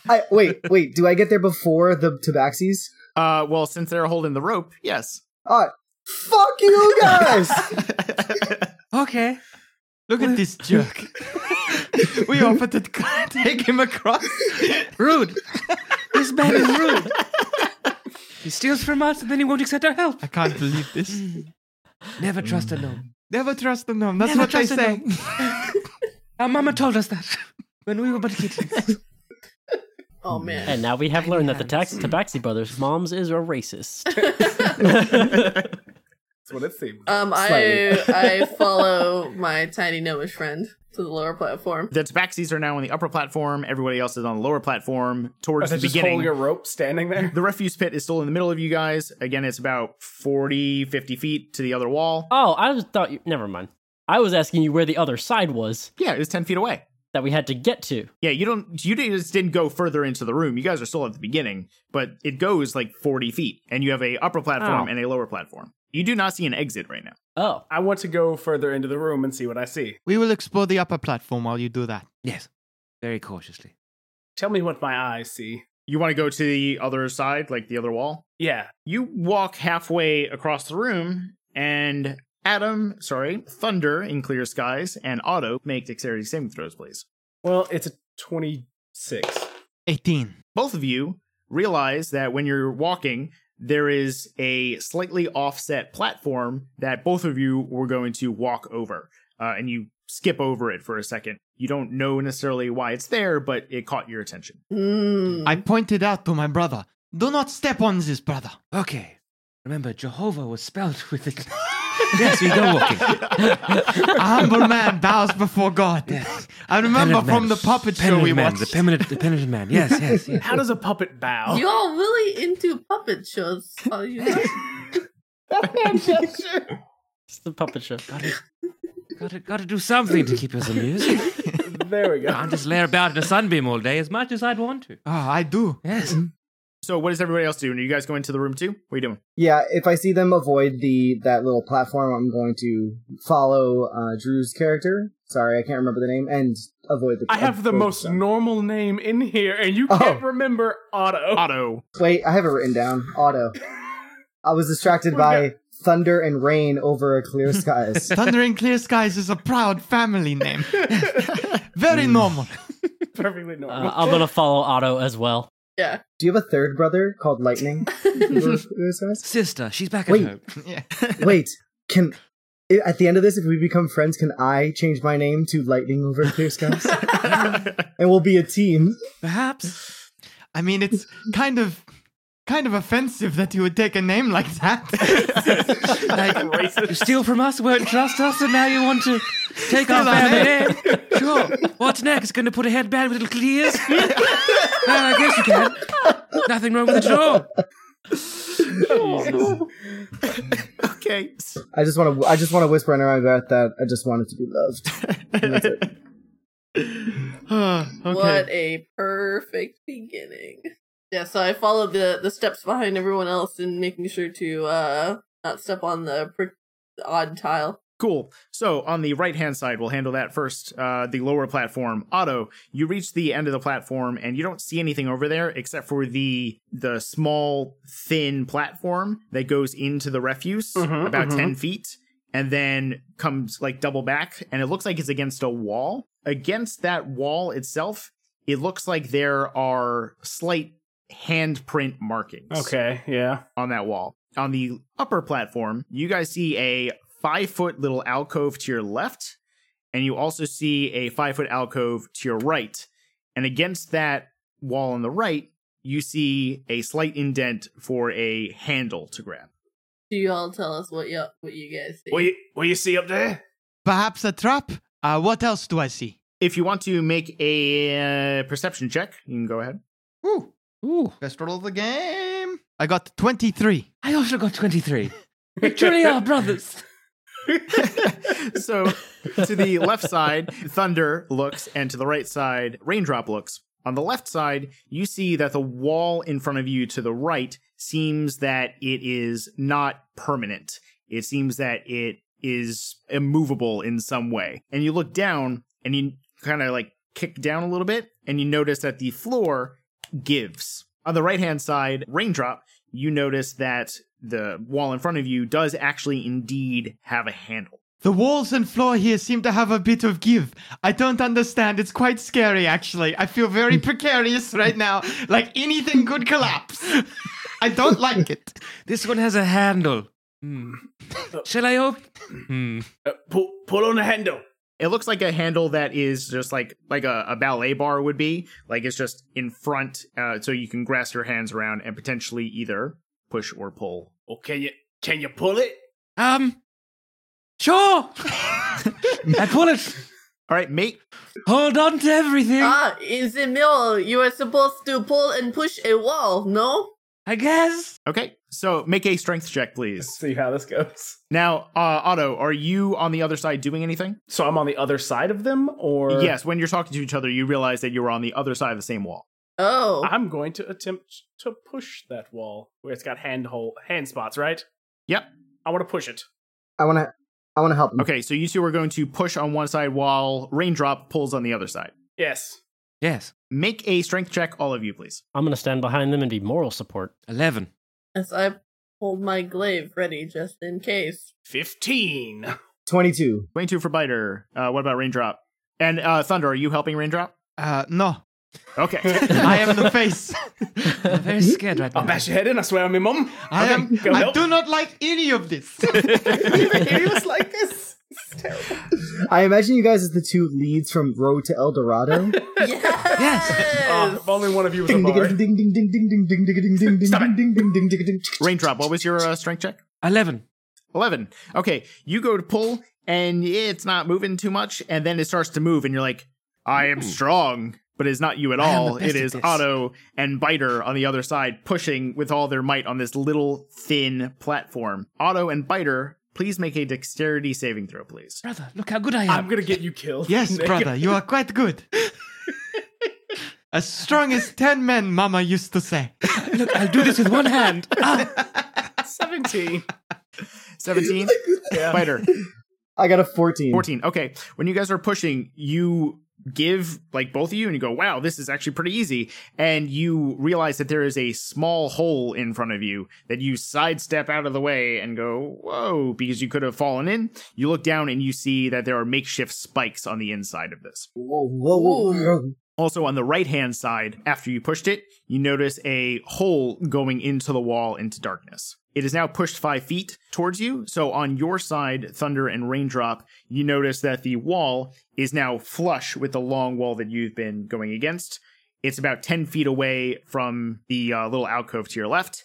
I wait, wait. Do I get there before the Tabaxis?
Uh, well, since they're holding the rope, yes.
Oh, fuck you guys!
Okay.
Look at this jerk. we offered to c- take him across.
Rude. this man is rude. He steals from us and then he won't accept our help.
I can't believe this.
Never trust a gnome.
Mm. Never trust the gnome. That's
Never
what they
trust a
say.
Our mama told us that when we were but kittens.
Oh
Mm.
man.
and now we have learned that the tax- Tabaxi brothers' moms is a racist.
That's what it seems.
Um, I I follow my tiny gnomish friend to the lower platform.
The tabaxis are now on the upper platform. Everybody else is on the lower platform
Are
towards
they
the
just
beginning.
holding a rope standing there?
the refuse pit is still in the middle of you guys. Again, it's about 40, 50 feet to the other wall.
oh, I was thought you. Never mind. I was asking you where the other side was
Yeah, it's 10 feet away.
that we had to get to.
Yeah, you don't, you didn't- just didn't go further into the room. You guys are still at the beginning, but it goes like 40 feet and you have a upper
Ow.
platform and a lower platform. You do not see an exit right now.
Oh,
I want to go further into the room and see what I see.
We will explore the upper platform while you do that.
yes. Very cautiously.
Tell me what my eyes see.
You want to go to the other side, like the other wall?
Yeah.
You walk halfway across the room, and Adam, sorry, Thunder in Clear Skies, and Otto make dexterity saving throws, please.
Well, it's a 26.
18.
Both of you realize that when you're walking, there is a slightly offset platform that both of you were going to walk over. Uh, and you skip over it for a second. You don't know necessarily why it's there, but it caught your attention.
Mm.
I pointed out to my brother, do not step on this, brother.
Okay. Remember, Jehovah was spelled with it. yes, we go walking.
A humble man bows before God.
Yes.
I remember
Penitent
from
man.
the puppet show
Penitent
we
man,
watched.
The penitent, the penitent man. Yes, yes, yes.
How does a puppet bow?
You're really into puppet shows, are you? not?
It's the puppet show.
Gotta, gotta do something to keep us amused.
There we go.
Can't just lay about in a sunbeam all day as much as I'd want to.
Ah, I do. Mm.
Yes.
So, what does everybody else do? Are you guys going to the room too? What are you doing?
Yeah, if I see them avoid the that little platform, I'm going to follow uh, Drew's character. Sorry, I can't remember the name, and avoid the. uh,
I have the
avoid
most
them.
normal name in here, and you
Oh.
can't remember Otto.
Otto.
Wait, I have it written down. Auto. I was distracted by thunder and rain over a clear skies.
Thundering Clear Skies is a proud family name. Very
Mm.
normal.
Perfectly
Uh,
normal.
I'm gonna follow Otto as well.
yeah.
Do you have a third brother called Lightning? over clear skies?
Sister, she's back
Wait.
at home.
Yeah.
Wait, can i- at the end of this, if we become friends, can I change my name to Lightning over clear skies, and we'll be a team?
Perhaps.
I mean, it's kind of, kind of offensive that you would take a name like that.
Like, you steal from us, won't trust us, and now you want to take our
Steal our
family name. Sure. What's next? Going to put a headband with little ears? well, I guess you can. Nothing wrong with it at all.
Okay.
I just want to. I just want to whisper in her about that. I just wanted to be loved. And that's it.
Ah, okay.
What a perfect beginning. Yeah, so I followed the the steps behind everyone else and making sure to uh not step on the, per- the odd tile.
Cool. So on the right hand side, we'll handle that first. Uh, the lower platform, Otto. You reach the end of the platform, and you don't see anything over there except for the the small, thin platform that goes into the refuse,
Mhm,
about
mhm.
ten feet, and then comes like double back, and it looks like it's against a wall. Against that wall itself, it looks like there are slight handprint markings
okay, yeah.
on that wall. On the upper platform, you guys see a five foot little alcove to your left, and you also see a five foot alcove to your right. And against that wall on the right, you see a slight indent for a handle to grab.
Do you all tell us what you what you guys see?
What you, what you see up there?
Perhaps a trap. Uh, what else do I see?
If you want to make a uh, perception check, you can go ahead.
Ooh, ooh, best roll of the game. I got twenty-three.
I also got 23. We truly are brothers.
so to the left side, Thunder looks, and to the right side, Raindrop looks. On the left side, you see that the wall in front of you to the right seems that it is not permanent. It seems that it is immovable in some way. And you look down and you kind of like kick down a little bit and you notice that the floor gives. On the right hand side, Raindrop, you notice that the wall in front of you does actually indeed have a handle.
The walls and floor here seem to have a bit of give. I don't understand. It's quite scary, actually. I feel very precarious right now. Like anything could collapse. I don't like it.
This one has a handle. Hmm. Shall I open? Hmm.
Uh, pull, pull on the handle.
It looks like a handle that is just like like a, a ballet bar would be. Like it's just in front, uh, so you can grasp your hands around and potentially either push or pull.
Or can you can you pull it?
Um, sure. I pull it.
All right, mate.
Hold on to everything.
Ah, in the middle, you are supposed to pull and push a wall. No,
I guess.
Okay, so make a strength check,
Let's
please.
see how this goes.
Now, uh, Otto, are you on the other side doing anything?
So I'm on the other side of them, or
Yes. When you're talking to each other, you realize that you were on the other side of the same wall.
oh,
I'm going to attempt to push that wall where it's got hand hole hand spots, right?
Yep.
I want to push it.
I want to. I want to help. Him.
Okay, so you two are going to push on one side while Raindrop pulls on the other side.
Yes.
Yes.
Make a strength check, all of you, please.
I'm gonna stand behind them and be moral support.
Eleven.
as I hold my glaive ready just in case.
Fifteen.
Twenty-two.
Twenty-two for Biter. Uh, what about Raindrop? And uh, Thunder, are you helping Raindrop?
Uh, no.
Okay.
I am the face.
I'm very scared right
I'll
now.
bash your head in. I swear I'm your mum.
I am.
go
I
help.
do not like any of this.
He was like this.
I imagine you guys as the two leads from Road to El Dorado.
Oh, if only one of you was a
Ding, ding,
bard.
ding, ding, ding, ding, ding, ding, ding, ding, ding, ding,
Stop it.
ding, ding, ding, ding, ding.
Raindrop, what was your uh, strength check?
Eleven.
11. Okay, you go to pull, and it's not moving too much, and then it starts to move, and you're like, I am strong, but it's not you at
am
all.
the best
It
at
is
this.
Otto and Biter on the other side, pushing with all their might on this little thin platform. Otto and Biter, please make a dexterity saving throw, please.
Brother, look how good I am.
I'm gonna get you killed.
Yes,
Nick.
brother, you are quite good. As strong as ten men, Mama used to say.
Look, I'll do this with one hand. Ah,
17.
17?
Yeah.
Biter.
I got a 14.
14. Okay. When you guys are pushing, you give like both of you and you go, wow, this is actually pretty easy. And you realize that there is a small hole in front of you that you sidestep out of the way and go, whoa, because you could have fallen in. You look down and you see that there are makeshift spikes on the inside of this.
Whoa, whoa, whoa, whoa.
Also, on the right hand side, after you pushed it, you notice a hole going into the wall into darkness. It is now pushed five feet towards you. So, on your side, Thunder and Raindrop, you notice that the wall is now flush with the long wall that you've been going against. It's about 10 feet away from the uh, little alcove to your left.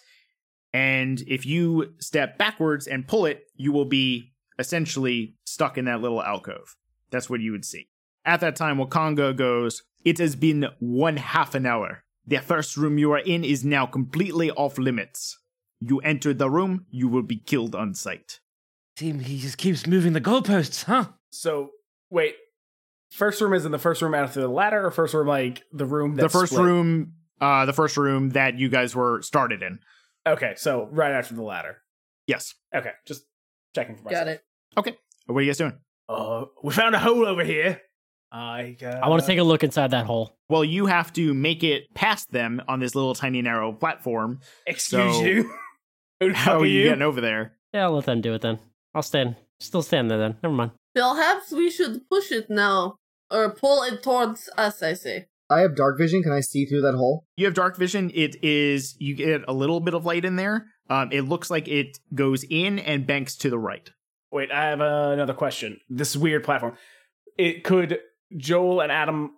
And if you step backwards and pull it, you will be essentially stuck in that little alcove. That's what you would see. At that time, Wakanga goes, It has been one half an hour. The first room you are in is now completely off limits. You enter the room, you will be killed on sight.
team, he just keeps moving the goalposts, huh?
So, wait. First room is in the first room after the ladder, or first room, like the room that's
the first
split?
room, uh, the first room that you guys were started in.
Okay, so right after the ladder.
Yes.
Okay, just checking for myself.
Got it.
What are you guys doing?
Uh, we found a hole over here. I uh,
I want to take a look inside that hole.
Well, you have to make it past them on this little tiny narrow platform.
Excuse
So-
you. Who the fuck
How
are
are you
you?
getting over there?
Yeah, I'll let them do it then. I'll stand. Still stand there then. Never mind.
Perhaps we should push it now. Or pull it towards us, I say.
I have dark vision. Can I see through that hole?
You have dark vision. It is you get a little bit of light in there. Um, it looks like it goes in and banks to the right.
Wait, I have uh, another question. This weird platform. It could Joel and Adam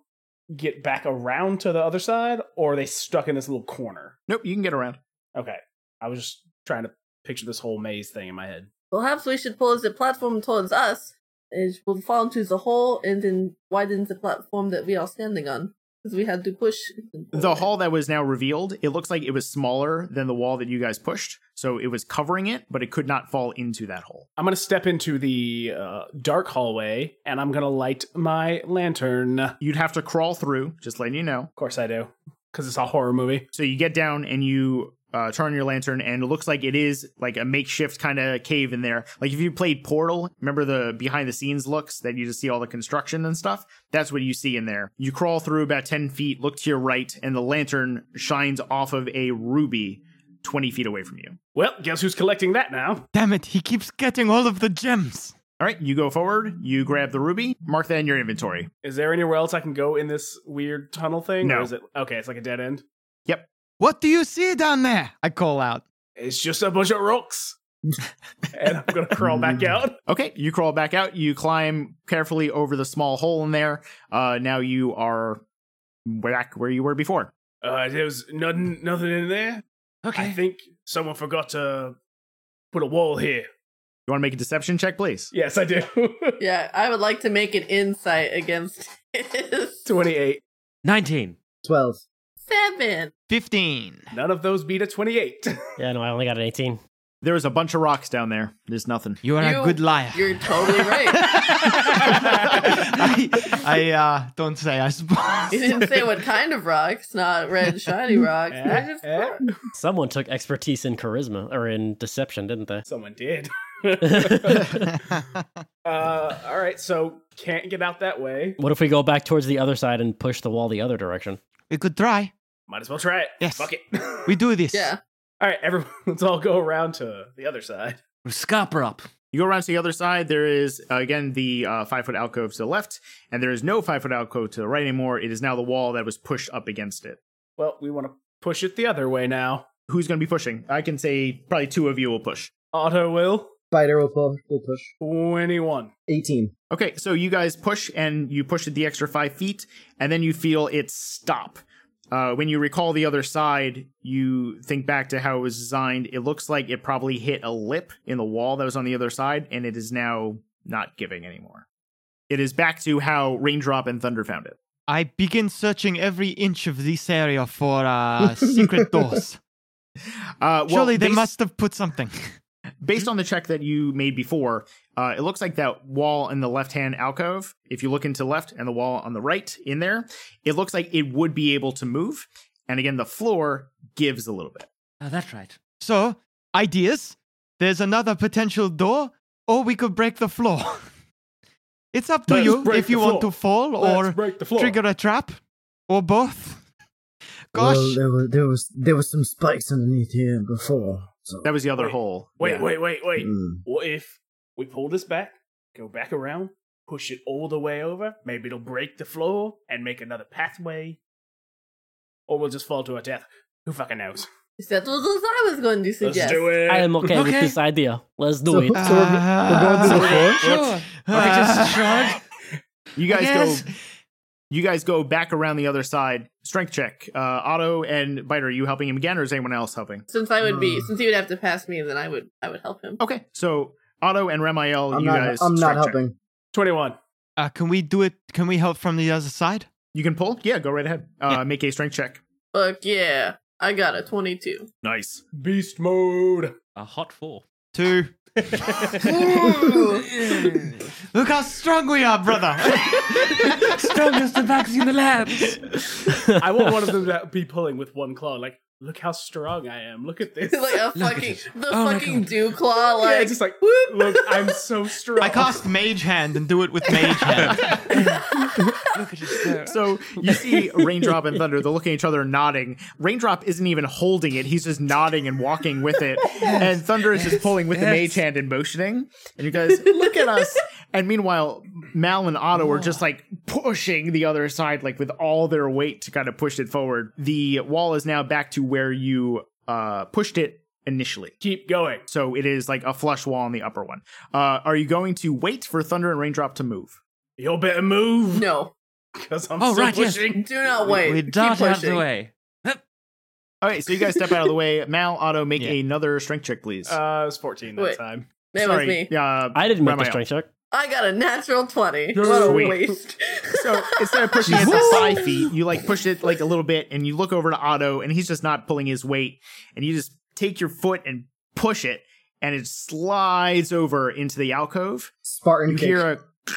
get back around to the other side, or are they stuck in this little corner?
Nope, you can get around.
Okay, I was just trying to picture this whole maze thing in my head.
Perhaps we should pull the platform towards us. It will fall into the hole and then widen the platform that we are standing on. Because we had to push. and pull
The
it.
hall that was now revealed, it looks like it was smaller than the wall that you guys pushed. So it was covering it, but it could not fall into that hole.
I'm gonna step into the uh, dark hallway, and I'm gonna light my lantern. Of
You'd have to crawl through, just letting you know.
course, I do, because it's a horror movie.
So you get down and you uh, turn on your lantern, and it looks like it is like a makeshift kind of cave in there. Like if you played Portal, remember the behind the scenes looks that you just see all the construction and stuff? That's what you see in there. You crawl through about 10 feet, look to your right, and the lantern shines off of a ruby 20 feet away from you.
Well, guess who's collecting that now?
Damn it, he keeps getting all of the gems.
All right, you go forward, you grab the ruby, mark that in your inventory.
Is there anywhere else I can go in this weird tunnel thing?
No.
Or is it okay? It's like a dead end.
What do you see down there? I call out.
It's just a bunch of rocks, and I'm gonna crawl back out.
Mm. Okay, you crawl back out. You climb carefully over the small hole in there. Uh, now you are back where you were before.
Uh, there was nothing, nothing in there. I
Okay.
think someone forgot to put a wall here.
You want to make a deception check, please?
Yes, I do.
Yeah, I would like to make an insight against his
twenty-eight.
Nineteen.
12.
seven.
15.
None of those beat a twenty-eight.
Yeah, no, I only got an 18.
There was a bunch of rocks down there. There's nothing.
You are
You-
a good liar.
You're totally right.
I, I, uh, don't say, I suppose.
you didn't say what kind of rocks, not red shiny rocks. They're
Eh,
just-
eh.
Someone took expertise in charisma or in deception, didn't they?
Someone did. uh, all right, so can't get out that way.
What if we go back towards the other side and push the wall the other direction?
we could try.
Might as well try it.
Yes.
Fuck it.
We do this.
yeah.
all right, everyone, let's all go around to the other side.
Scarper up.
You go around to the other side. There is uh, again the uh, five foot alcove to the left, and there is no five foot alcove to the right anymore. It is now the wall that was pushed up against it.
Well, we want to push it the other way now.
Who's going to be pushing? I can say probably two of you will push.
Otto will.
Spider will, pu- will push.
21.
18.
Okay, so you guys push and you push it the extra five feet, and then you feel it stop. Uh, when you recall the other side, you think back to how it was designed. It looks like it probably hit a lip in the wall that was on the other side, and it is now not giving anymore. It is back to how Raindrop and Thunder found it.
I begin searching every inch of this area for uh, secret doors.
Uh, well,
Surely they
based-
must have put something.
based on the check that you made before, uh, it looks like that wall in the left hand alcove, if you look into left and the wall on the right in there, it looks like it would be able to move. And again, the floor gives a little bit.
Oh, that's right.
So, ideas. There's another potential door, or we could break the floor. It's up to
Let's
you
break
if you
the
want to
floor.
fall or
Let's break the floor.
trigger a trap, or both. Gosh,
Well, there were there was there was some spikes underneath here before. So.
That was the other
Wait.
hole.
Wait,
Yeah.
wait, wait, wait.
Hmm.
Mm.
What if we pull this back, go back around, push it all the way over? Maybe it'll break the floor and make another pathway. Or we'll just fall to our death. Who fucking knows?
That was what I was going to
Let's
suggest.
do it.
I am okay, with
Okay.
this idea. Let's do
so,
it.
so we're,
Ah.
we're going to the floor?
Sure. I just shrug.
You guys
Yes.
go. You guys go back around the other side. Strength check. Uh, Otto and Biter, are you helping him again, or is anyone else helping?
Since I would
Hmm.
be, since he would have to pass me, then I would, I would help him.
Hmm. Okay, so Otto and Ramiel,
I'm
you
not,
guys.
I'm not
strength check.
helping.
21.
Uh, can we do it? Can we help from the other side?
You can pull. Yeah, go right ahead. Uh, Make a strength check.
Fuck yeah, I got a twenty-two.
Nice.
Beast mode.
A hot four.
Two.
Ooh.
Look how strong we are, brother.
Strongest tabaxi in the labs.
I want one of them to be pulling with one claw. Like, look how strong I am. Look at this.
like a
Look at
fucking,
it.
the
Oh my
fucking
God.
dew claw. Like,
yeah, just like, whoop, look, I'm so strong.
I cast Mage Hand and do it with Mage Hand.
Look at his hair.
So you see Raindrop and Thunder, they're looking at each other nodding. Raindrop isn't even holding it, he's just nodding and walking with it. And Thunder is just pulling with the mage hand and motioning. And you guys, look at us. And meanwhile, Mal and Otto are just like pushing the other side, like with all their weight to kind of push it forward. The wall is now back to where you uh, pushed it initially.
Keep going.
So it is like a flush wall on the upper one. Uh, are you going to wait for Thunder and Raindrop to move?
You better move.
no,
Because I'm
Oh,
still
right, yes.
pushing.
do not wait.
We
Keep
dart out of the
pushing.
way.
All right, so you guys step out of the way. Mal, Otto, make
Yeah.
another strength check, please.
Uh, it was 14 that
Wait.
time.
That
Sorry,
was me.
Uh,
I didn't make
Ramiel.
the strength check.
I got a natural twenty. What a
Sweet.
waste.
So instead of pushing it to five feet, you like push it like a little bit, and you look over to Otto, and he's just not pulling his weight, and you just take your foot and push it, and it slides over into the alcove.
Spartan
You
kick.
hear a, and you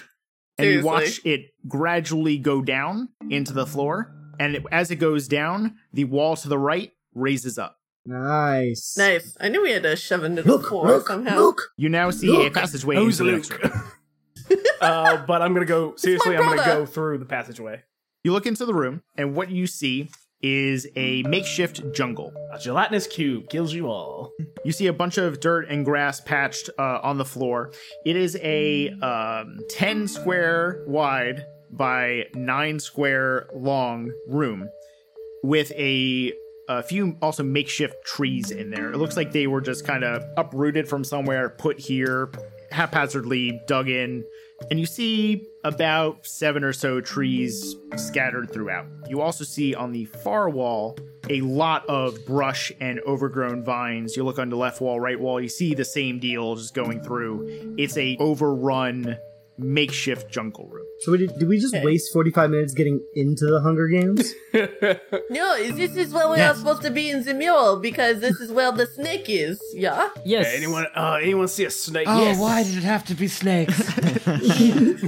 Seriously.
watch it gradually go down into the floor, and it, as it goes down, the wall to the right raises up.
Nice.
Nice. I knew we had to shove into the
Look,
floor
look,
somehow.
look!
You now see a
Look,
passageway
who's
into the
Luke?
next room.
uh, but I'm gonna go. Seriously, I'm gonna
brother.
go through the passageway.
You look into the room, and what you see is a makeshift jungle.
A gelatinous cube kills you all.
You see a bunch of dirt and grass patched uh, on the floor. It is a um, 10 square wide by 9 square long room with a, a few also makeshift trees in there. It looks like they were just kind of uprooted from somewhere, put here, haphazardly dug in. And you see about seven or so trees scattered throughout. You also see on the far wall a lot of brush and overgrown vines. You look on the left wall, right wall, you see the same deal just going through. It's a overrun makeshift jungle room.
So we did, did we just waste 45 minutes getting into the Hunger Games?
No, is this is where we are supposed to be in the mule because this is where the snake is. Yeah.
Yes.
Anyone? Uh, anyone see a snake?
Oh,
yes.
why did it have to be snakes?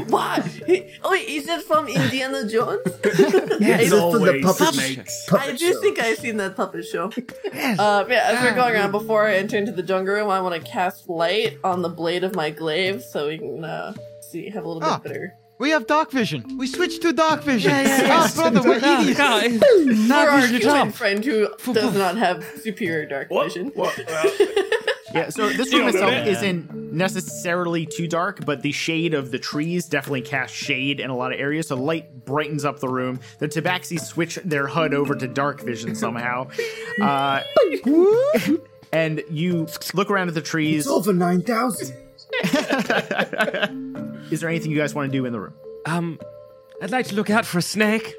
Why? Oh, wait, is it from Indiana Jones?
It's
Yes.
for the
always
puppet
snakes.
I do think I've seen that puppet show. Uh, yeah, as we're going around, before I enter into the jungle room, I want to cast light on the blade of my glaive so we can uh, see, have a little
Ah.
bit better.
we have dark vision. We switch to dark vision.
yes.
Oh, brother, we're idiots.
For our
Not
human friend who does not have superior dark
What?
vision.
What? Well,
Yeah, so this
You
room
don't know
itself
that.
isn't necessarily too dark, but the shade of the trees definitely casts shade in a lot of areas, so light brightens up the room. The Tabaxi switch their HUD over to dark vision somehow. Uh, and you look around at the trees.
It's over 9,000.
Is there anything you guys want to do in the room?
Um, I'd like to look out for a snake.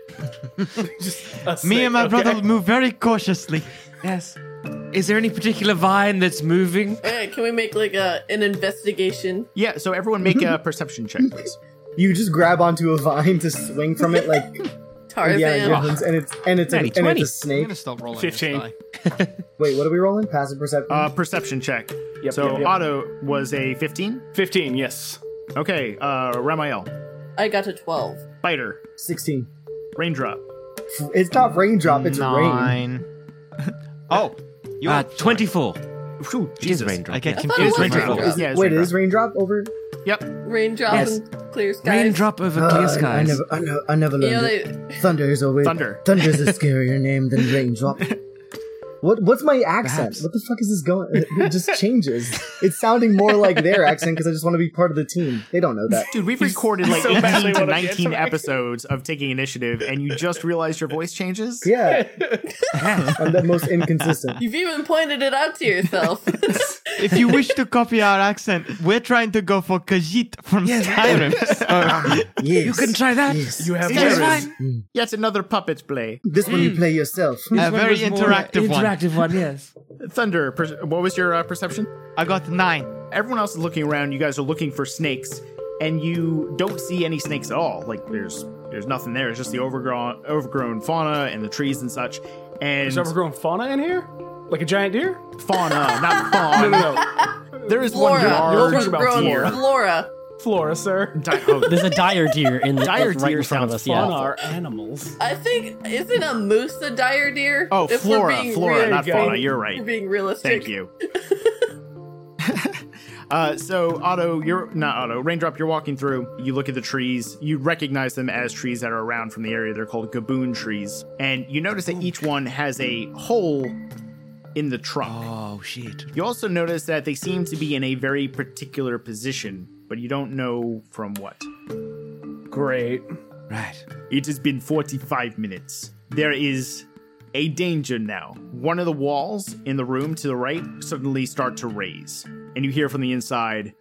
Me and my
Okay.
brother move very cautiously.
Yes. Is there any particular vine that's moving?
Hey, can we make like a an investigation?
Yeah, so everyone make a perception check, please.
You just grab onto a vine to swing from it like
Tarzan.
Indiana Jones, and it's and it's a,
Natty
and it's
20.
a
I'm
snake.
gonna stop rolling.
15.
Wait, what are we rolling? Passive perception.
Uh, perception check. so
yep, yep.
Otto was a 15.
15, yes.
Okay, uh, Ramael,
I got a twelve.
Biter,
Sixteen.
Raindrop.
It's not raindrop. It's rain.
Nine. oh, you
Uh,
are
24.
Phew,
It is
Jesus.
I
raindrop.
get
thought it was
confused. with
Raindrop.
raindrop.
Is- Yeah, it's
Wait, it
raindrop.
is raindrop over?
Yep.
Mm-hmm. Raindrop
Yes.
and clear skies.
Raindrop over
Uh,
Oh,
clear
I
skies.
never, I never, I never
You know,
learned it.
they,
Thunder is always
Thunder.
Thunder's a scarier name than raindrop.
What what's my accent?
Perhaps.
What the fuck is this going? It just changes. It's sounding more like their accent because I just want to be part of the team. They don't know that.
Dude, we've recorded like
so
18
badly
to
wanna get
19
somebody.
episodes of Taking Initiative, and you just realized your voice changes?
Yeah, I'm the most inconsistent.
you've even pointed it out to yourself.
If you wish to copy our accent, we're trying to go for Khajiit from Skyrim. So,
Yes.
You can try that.
Yes. Mm.
You have
Yeah,
letters.
it's Yet another puppet play.
This one
Mm.
you play yourself.
a very interactive one.
Interactive one, yes.
Thunder, per- what was your uh, perception?
I got nine.
Everyone else is looking around. You guys are looking for snakes, and you don't see any snakes at all. Like there's there's nothing there. It's just the overgrown overgrown fauna and the trees and such. And
Is overgrown fauna in here? Like a giant deer?
fauna, not fawn.
No, no, no.
There is one
Flora.
You're
large
talking about
Overgrown
deer.
Flora.
Flora, sir.
Di- oh,
There's a dire deer in the
Dire
right
deer
in front of
sounds
us.
Fauna
Yeah.
are animals.
I think isn't a moose a dire deer?
oh
If we're
flora,
being
flora,
real-
not
There you go.
fauna. You're
if
right.
we're being realistic.
Thank you. uh, so Otto, you're not Otto. Raindrop, you're walking through. You look at the trees. You recognize them as trees that are around from the area. They're called gaboon trees, and you notice that each one has a hole in the trunk.
Oh, shit.
You also notice that they seem to be in a very particular position, but you don't know from what.
Great.
Right.
It has been 45 minutes. There is a danger now. One of the walls in the room to the right suddenly start to raise, and you hear from the inside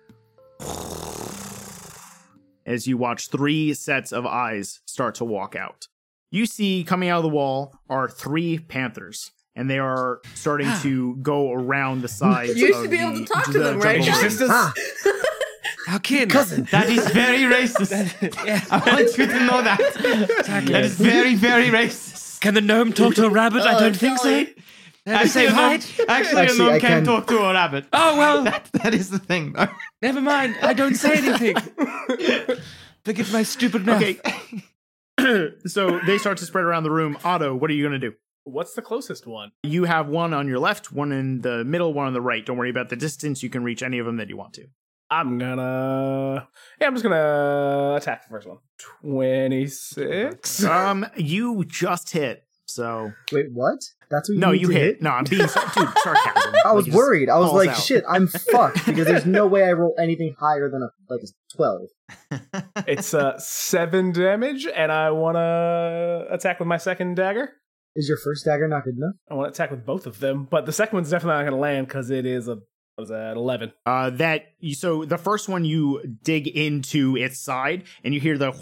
as you watch three sets of eyes start to walk out. You see coming out of the wall are three panthers, and they are starting to go around the sides.
You
of
should be able
the-
to talk to them,
the
right,
jungle
guys?
room.
Ah,
Our kin.
cousin.
That is very racist. I want you to know that. That is very, very racist.
Can the gnome talk to a rabbit? I don't think so.
golly.
They're the same
a gnome-
height.
Oh, actually,
Actually,
a
I
gnome can
can-
talk to a rabbit.
Oh, well,
That, that is the thing, though.
never mind. I don't say anything. Look at my stupid mouth.
Okay. so they start to spread around the room. Otto, what are you going to do?
What's the closest one?
You have one on your left, one in the middle, one on the right. Don't worry about the distance. You can reach any of them that you want to.
I'm gonna. Yeah, I'm just gonna attack the first one. 26.
Um, you just hit. So
Wait, what? That's what you
no,
need
you
to
hit. No, I'm being sar- dude sarcasm.
I
Like,
was
it just
worried. I was
falls
like,
out.
shit, I'm fucked because there's no way I roll anything higher than a like a twelve.
it's uh, seven damage, and I wanna attack with my second dagger.
Is your first dagger not good enough?
I want to attack with both of them, but the second one's definitely not gonna land because it is a. What is that? 11.
Uh, that you- so the first one you dig into its side and you hear the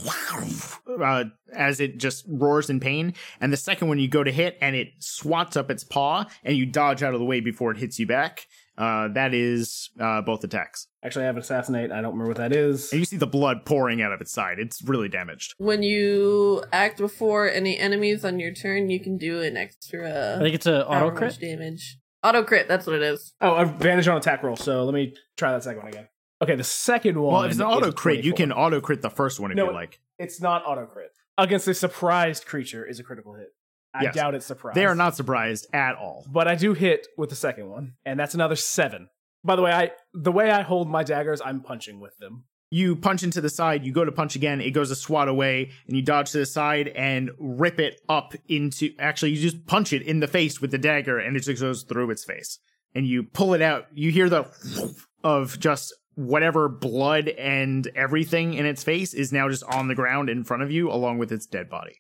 uh, as it just roars in pain, and the second one you go to hit and it swats up its paw and you dodge out of the way before it hits you back. Uh, that is uh, both attacks,
Actually, I have an assassinate. I don't remember what that is.
and you see the blood pouring out of its side. It's really damaged.
When you act before any enemies on your turn, you can do an
I
extra
think it's an auto
however much
crit.
damage. Auto crit, that's what it is.
Oh, advantage on attack roll. So let me try that second one again. Okay, the second one.
Well, if it's an
is
auto crit, you
24.
can auto crit the first one if
No,
you
it-
like.
It's not auto crit against a surprised creature is a critical hit. I
Yes.
doubt it's surprised.
They are not surprised at all.
but uh, I do hit with the second one, and that's another seven. By the way, I the way I hold my daggers, I'm punching with them.
you punch into the side, you go to punch again, it goes a swat away, and you dodge to the side and rip it up into. Actually, you just punch it in the face with the dagger, and it just goes through its face. and you pull it out. You hear the of just whatever blood and everything in its face is now just on the ground in front of you, along with its dead body.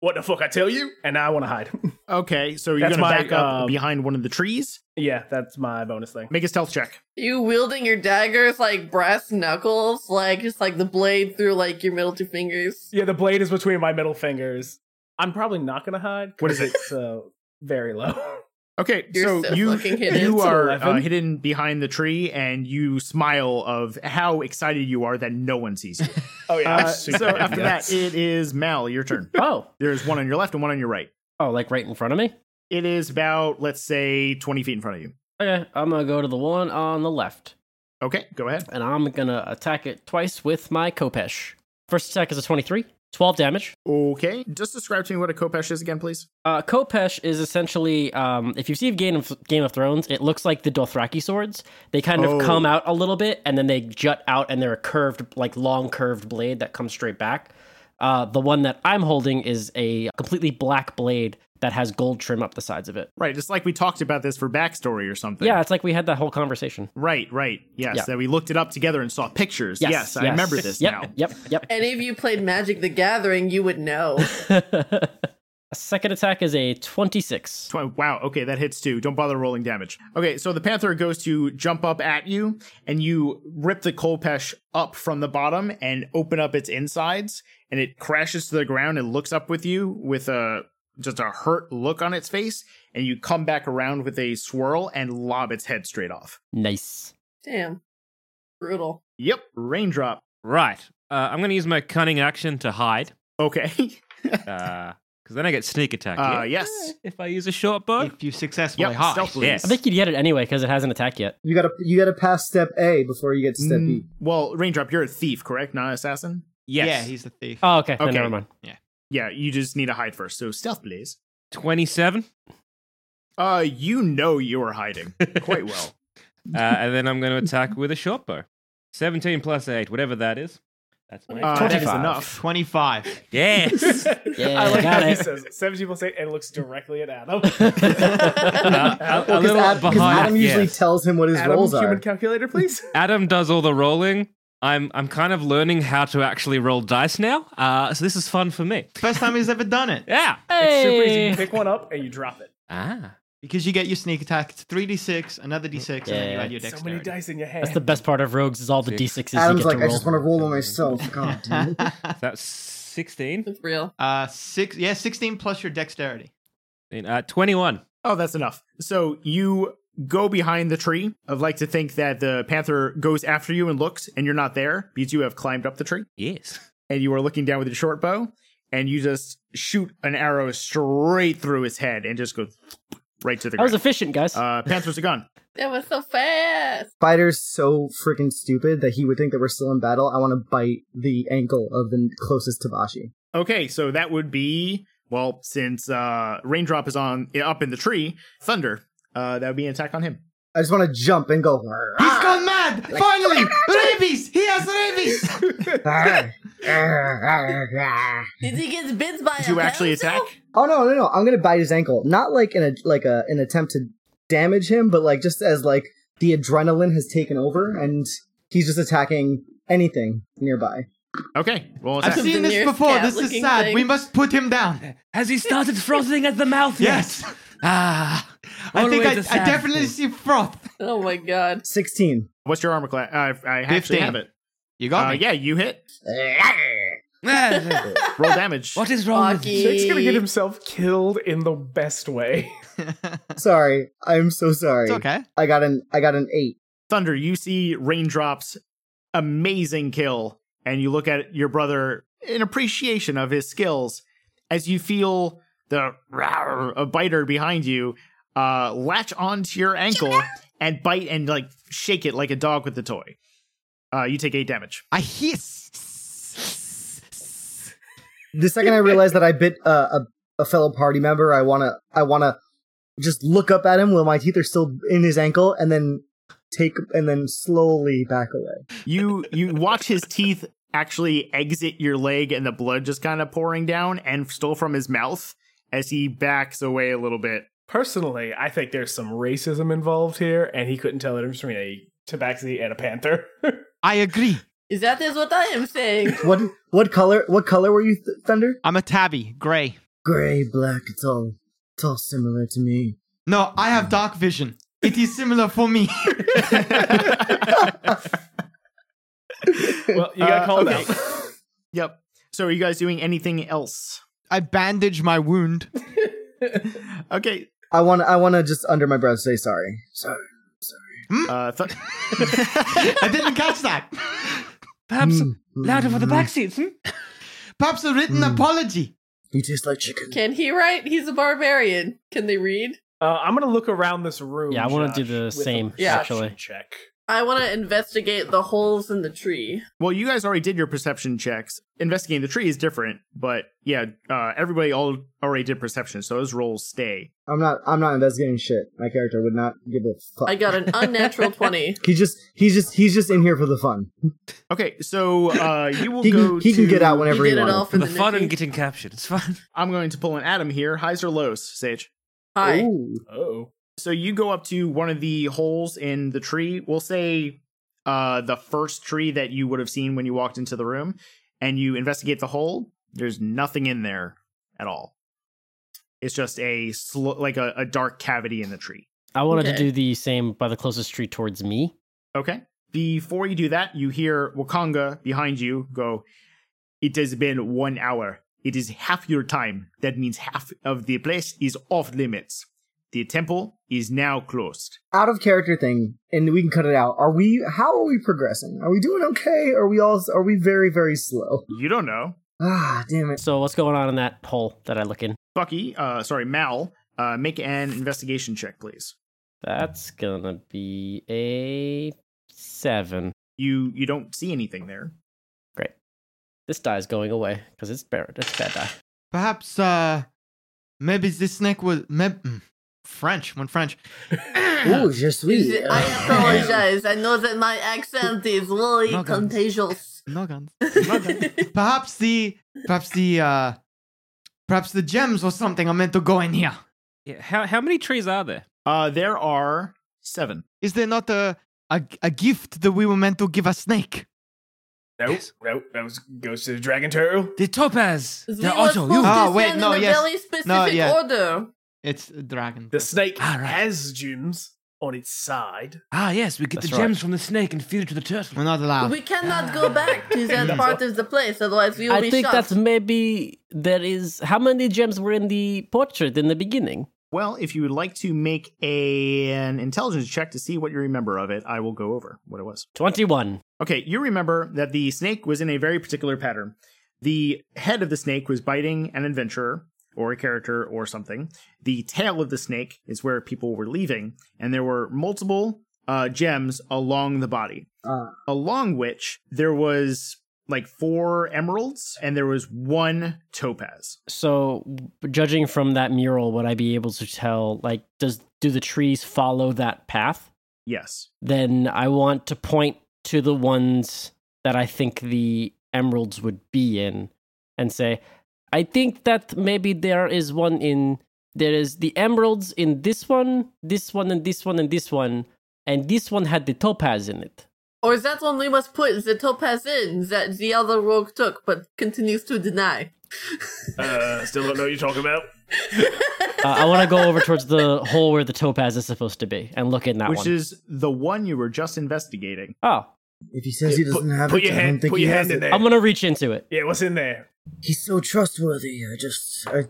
What the fuck I tell you? And now I want to hide.
Okay, so you're
That's
gonna
my,
back up
uh,
behind one of the trees.
yeah, that's my bonus thing.
Make a stealth check.
You wielding your daggers like brass knuckles, like just like the blade through like your middle two fingers.
Yeah, the blade is between my middle fingers. I'm probably not gonna hide.
What is
'cause It's uh, very low.
Okay,
You're
so
so
you
fucking hidden.
you
It's an
are
11.
uh, hidden behind the tree, and you smile of how excited you are that no one sees you.
Oh yeah.
Uh,
I'm super
so after that,
nuts.
it is Mal. Your turn.
Oh,
There's one on your left and one on your right.
oh, like right in front of me.
It is about let's say 20 feet in front of you.
Okay, I'm gonna go to the one on the left,
Okay, go ahead.
and I'm gonna attack it twice with my Kopesh. First attack is a 23, 12 damage.
Okay, just describe to me what a kopesh is again, please.
Uh, Kopesh is essentially, um, if you've seen Game of, Game of Thrones, it looks like the Dothraki swords. They kind of
Oh.
come out a little bit and then they jut out and they're a curved, like long curved blade that comes straight back. Uh, the one that I'm holding is a completely black blade that has gold trim up the sides of it.
Right, just like we talked about this for backstory or something.
Yeah, it's like we had that whole conversation.
Right, right. Yes,
Yeah.
that we looked it up together and saw pictures. Yes, I remember this
yep,
now.
Yep, yep.
Any of you played Magic the Gathering, you would know.
a second attack is a 26.
Tw- Wow, okay, that hits too. Don't bother rolling damage. Okay, so the panther goes to jump up at you, and you rip the Kolpesh up from the bottom and open up its insides, and it crashes to the ground and looks up with you with a just a hurt look on its face, and you come back around with a swirl and lob its head straight off.
Nice.
Damn. Brutal.
Yep, raindrop.
Right. Uh, I'm going to use my cunning action to hide.
Okay.
Because then I get sneak attack.
Uh,
yeah?
yes.
If I use a short bow.
If you successfully
Yep,
hide.
stealthily.
Yes.
I think you'd get it anyway because it hasn't attacked yet.
You gotta you gotta pass step A before you get to step
Mm,
B.
well, raindrop, you're a thief, correct? Not an assassin.
Yes.
Yeah, he's the thief.
Oh, okay. Then
Okay.
never mind.
Yeah, you just need to hide first. So stealth, please.
27.
Uh, you know you are hiding quite well.
Uh, and then I'm going to attack with a short bow. 17 plus 8, whatever that is. That's my.
Uh, that is
25.
enough.
25.
yes.
Yeah,
I like
got
how he
it.
says it. 17 plus 8 and looks directly at Adam.
Uh, a- a
Well,
little
Ad-
Oh,
behind,
Adam usually
yes.
tells him what his
Adam,
roles
human
are.
calculator, please.
Adam does all the rolling. I'm I'm kind of learning how to actually roll dice now. Uh, so this is fun for me.
First time he's ever done it.
Yeah.
It's super easy.
Hey.
You pick one up and you drop it.
Ah.
Because you get your sneak attack, it's 3d6, another d6, and then you
Yeah.
add your
So many
dexterity.
dice in your hand.
That's the best part of Rogues is all the
Six.
d6s you
Adam's
get
like,
to
I
roll.
just want to roll on myself. God damn it.
That's 16.
It's real.
Mm-hmm. uh, six, yeah, 16 plus your dexterity.
Uh, 21.
Oh, that's enough. So you go behind the tree. I'd like to think that the panther goes after you and looks, and you're not there because you have climbed up the tree
Yes.
and you are looking down with your short bow, and you just shoot an arrow straight through his head and just goes right to the
That was
ground.
efficient, guys.
uh, panther's a gun.
That was so fast.
Spider's so freaking stupid that he would think that we're still in battle. I want to bite the ankle of the closest Tabashi.
Okay, so that would be well, since uh, raindrop is on up in the tree, thunder. Uh, that would be an attack on him.
I just want to jump and go.
Ah.
He's gone mad! Finally! rabies! He has rabies!
Did he get bit by
Did
a
you actually
pencil?
attack?
Oh no, no, no! I'm gonna bite his ankle, not like in a like a an attempt to damage him, but like just as like the adrenaline has taken over and he's just attacking anything nearby.
Okay,
Oh,
roll
I've seen
attack.
The
this
nearest
before.
cat
This is
looking
sad.
thing.
We must put him down.
Has he started frothing at the mouth
Yes.
Ah.
I think I,
Always a
I
sad
definitely
thing.
see froth.
Oh my god.
Sixteen.
What's your armor class? Uh, I actually
15.
have it.
You
Uh,
got me.
yeah, you hit.
Ah,
Roll damage.
what is wrong with you?
Jake's gonna
Rocky.
get himself killed in the best way.
Sorry, I'm so sorry.
It's okay.
I got an I got an eight.
Thunder, you see Raindrop's amazing kill, and you look at your brother in appreciation of his skills as you feel the roar of biter behind you uh, latch onto your ankle and bite and like shake it like a dog with a toy. Uh, you take eight damage.
I hiss.
The second I realize that I bit uh, a a fellow party member, I wanna I wanna just look up at him while my teeth are still in his ankle, and then take and then slowly back away.
You you watch his teeth actually exit your leg and the blood just kind of pouring down and still from his mouth as he backs away a little bit
Personally, I think there's some racism involved here, and he couldn't tell the difference between a tabaxi and a panther.
I agree.
Is that is what I am saying?
What what color? What color were you, th- Thunder?
I'm a tabby, gray.
Gray, black, it's all, it's all similar to me.
No, I have dark vision. It is similar for me.
well, you got
Uh,
called
okay.
out.
Yep. So are you guys doing anything else?
I bandage my wound.
Okay.
I want. I want to just under my breath say sorry.
Sorry.
Hmm?
Uh, th-
I didn't catch that.
Perhaps
Mm,
louder for the
mm,
back seats. Hmm?
Perhaps a written
Mm.
apology.
You taste like chicken.
Can he write? He's a barbarian. Can they read?
Uh, I'm gonna look around this room.
Yeah, I
want
wanna
to
do the same,
Yeah.
actually.
check.
I want to investigate the holes in the tree.
well, you guys already did your perception checks. Investigating the tree is different, but yeah, uh, everybody all already did perception, so those rolls stay.
I'm not. I'm not investigating shit. My character would not give a fuck.
I got an unnatural twenty.
He just. He's just. He's just in here for the fun.
Okay, so uh, you will
He
go.
can. He
to,
can get out
He
whenever he,
did it all
wants.
for the,
the fun and
Nikki.
getting captured. It's fun.
I'm going to pull an Adam here. Highs or lows, Sage?
Hi.
Ooh.
Oh,
So you go up to one of the holes in the tree. We'll say uh, the first tree that you would have seen when you walked into the room, and you investigate the hole. There's nothing in there at all. It's just a sl- like a, a dark cavity in the tree.
I wanted
Okay.
to do the same by the closest tree towards me.
Okay. Before you do that, you hear Wakanga behind you go, It has been one hour. It is half your time. That means half of the place is off limits. The temple is now closed.
Out of character thing, and we can cut it out. Are we? How are we progressing? Are we doing okay? Are we all? Are we very very slow?
You don't know.
Ah, damn it.
So what's going on in that hole that I look in?
Bucky, uh, sorry, Mal, uh, make an investigation check, please.
That's gonna be a seven.
You you don't see anything there.
This die is going away because it's bad. It's a bad die.
Perhaps, uh, maybe this snake was mayb- mm, French. When French,
Ooh, je
Is
suis. uh,
it- I apologize. I know that my accent is really
No guns.
contagious.
no guns. Perhaps the, perhaps the, uh, perhaps the gems or something are meant to go in here.
Yeah, how, how many trees are there?
Uh, there are seven.
Is there not a, a, a gift that we were meant to give a snake?
no,
Yes.
no, that was goes to the dragon turtle.
The topaz.
We
The
were
Otto.
supposed
You.
Ah,
to
wait,
stand
no,
in a
yes.
very specific
yeah.
order.
It's a dragon. Ah,
The snake
All right.
has gems on its side.
Ah, yes, we get
That's
the
right.
gems from the snake and feed it to the
We're
turtle.
not allowed.
We cannot go back to
Mm.
that part of the place, otherwise we will
I
be
think
shot.
that's maybe there is how many gems were in the portrait in the beginning.
Well, if you would like to make a, an intelligence check to see what you remember of it, I will go over what it was.
Twenty-one.
Okay, you remember that the snake was in a very particular pattern. The head of the snake was biting an adventurer or a character or something. The tail of the snake is where people were leaving, and there were multiple uh, gems along the body,
Ah.
along which there was like four emeralds and there was one topaz.
So, judging from that mural, would I be able to tell? Like, does do the trees follow that path?
Yes.
Then I want to point to the ones that I think the emeralds would be in, and say, I think that maybe there is one in there is the emeralds in this one, this one, and this one, and this one, and this one had the topaz in it.
Or that one we must put the topaz in that the other rogue took but continues to deny.
Uh, still don't know what you're talking about.
Uh, I want to go over towards the hole where the topaz is supposed to be and look in that
Which
one.
is the one you were just investigating.
oh,
If he says he doesn't have
put
it,
your
I
hand,
don't think
put
he
your
has
hand in
it.
there.
I'm gonna reach into it.
yeah, what's in there?
He's so trustworthy. I just, I,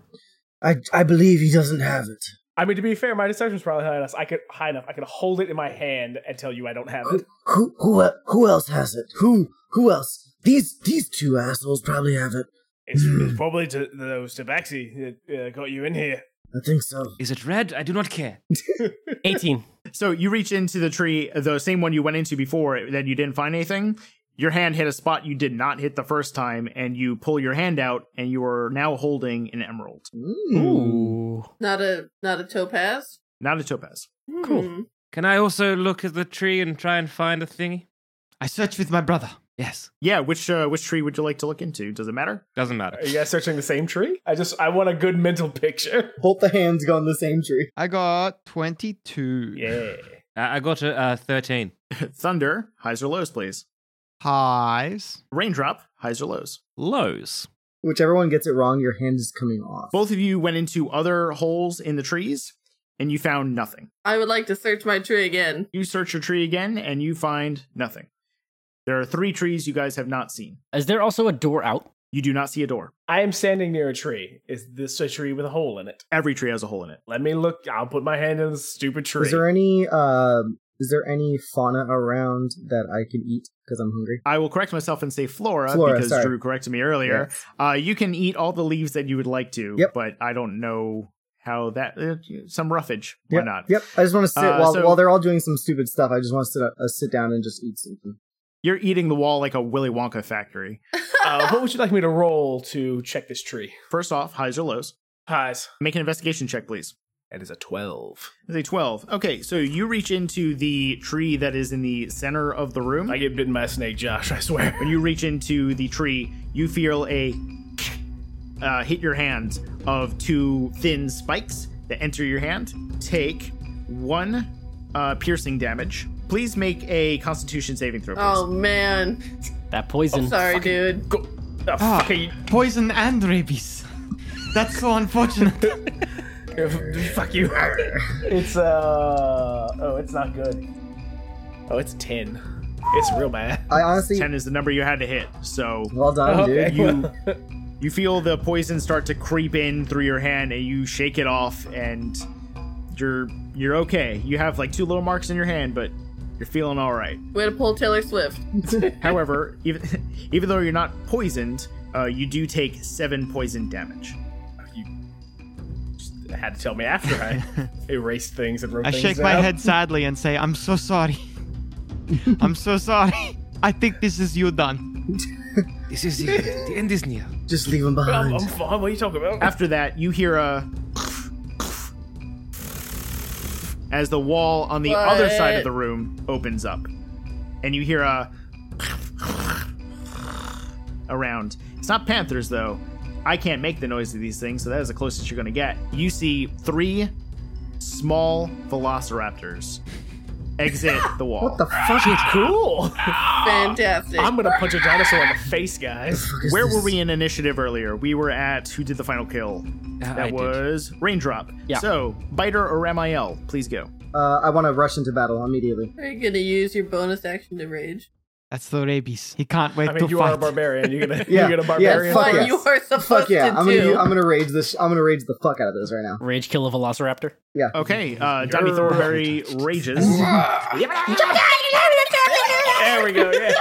I, I believe he doesn't have it.
I mean, to be fair, my deception's probably high enough. I could high enough. I could hold it in my hand and tell you I don't have it.
Who, who, el- who else has it? Who, who else? These, these two assholes probably have it.
It's,
Hmm.
it's probably to those tabaxi that uh, got you in here.
I think so.
Is it red? I do not care.
18.
So you reach into the tree, the same one you went into before that you didn't find anything. Your hand hit a spot you did not hit the first time, and you pull your hand out, and you are now holding an emerald,
Mm.
Ooh.
Not a not a topaz. Hmm.
not a topaz.
Cool.
Can I also look at the tree and try and find a thingy?
I search with my brother.
Yes.
Yeah, which uh, which tree would you like to look into? Does it matter?
Doesn't matter.
Are you guys searching the same tree? I just I want a good mental picture.
Both the hands go on the same tree.
I got 22.
Yeah.
I I got a uh, 13.
Thunder, highs or lows, please.
Highs.
Raindrop, highs or lows.
Lows.
Whichever one gets it wrong, your hand is coming off.
Both of you went into other holes in the trees, and you found nothing.
I would like to search my tree again.
You search your tree again, and you find nothing. There are three trees you guys have not seen.
Is there also a door out?
You do not see a door.
I am standing near a tree. Is this a tree with a hole in it?
Every tree has a hole in it.
Let me look. I'll put my hand in the stupid tree.
Is there any uh, is there any fauna around that I can eat because I'm hungry?
I will correct myself and say flora,
Flora,
because
sorry.
Drew corrected me earlier.
Yes.
Uh, you can eat all the leaves that you would like to,
Yep.
but I don't know how that. Uh, some roughage. Why
Yep.
not?
Yep. I just want to sit
Uh,
while
so-
while they're all doing some stupid stuff. I just want to sit uh, sit down and just eat something.
You're eating the wall like a Willy Wonka factory.
Uh, what would you like me to roll to check this tree?
First off, highs or lows.
Highs.
Make an investigation check, please.
That is a twelve.
It's a 12. Okay, so you reach into the tree that is in the center of the room.
I get bitten by a snake, Josh. I swear.
When you reach into the tree, you feel a uh, hit your hand of two thin spikes that enter your hand. Take one uh, piercing damage. Please make a Constitution saving throw. Please.
Oh man,
That poison.
sorry, dude.
Go. Oh,
Ah.
fuck you.
Poison and rabies. That's so unfortunate.
fuck you. it's uh oh, it's not good. Oh, it's ten. It's real bad.
I honestly,
Ten is the number you had to hit. So
well done,
Okay.
dude.
you you feel the poison start to creep in through your hand, and you shake it off, and you're you're okay. You have like two little marks in your hand, but you're feeling all right.
Way to pull Taylor Swift.
However, even even though you're not poisoned, uh, you do take seven poison damage.
Just had to tell me after I erased things and wrote
I
things
shake my
out.
head sadly and say, I'm so sorry. I'm so sorry. I think this is you done.
This is the, the end is near.
Just leave them
I'm,
behind.
I'm fine. What are you talking about?
After that, you hear a as the wall on the other side of
What?
the room opens up, and you hear a around. It's not panthers though. I can't make the noise of these things, so that is the closest you're gonna get. You see three small velociraptors exit the wall.
what the fuck?
cool.
Fantastic.
I'm gonna punch a dinosaur in the face, guys.
is
Where were
this?
we in initiative earlier? We were at who did the final kill? That
I did.
was Raindrop.
Uh, Yeah.
So, Biter or Ramiel, please go.
Uh, I want to rush into battle immediately.
Are you gonna use your bonus action to rage?
That's the rabies. He can't wait
I mean,
to
you
fight.
are a barbarian. You're gonna,
Yeah,
you're gonna
yeah,
barbarian.
Fuck
what
yes.
you are supposed
Fuck yeah!
to
I'm gonna
do.
I'm gonna rage this. I'm gonna rage the fuck out of this right now.
Rage kill a velociraptor.
Okay, uh, Donnie Thorberry rages.
there we go. Yeah.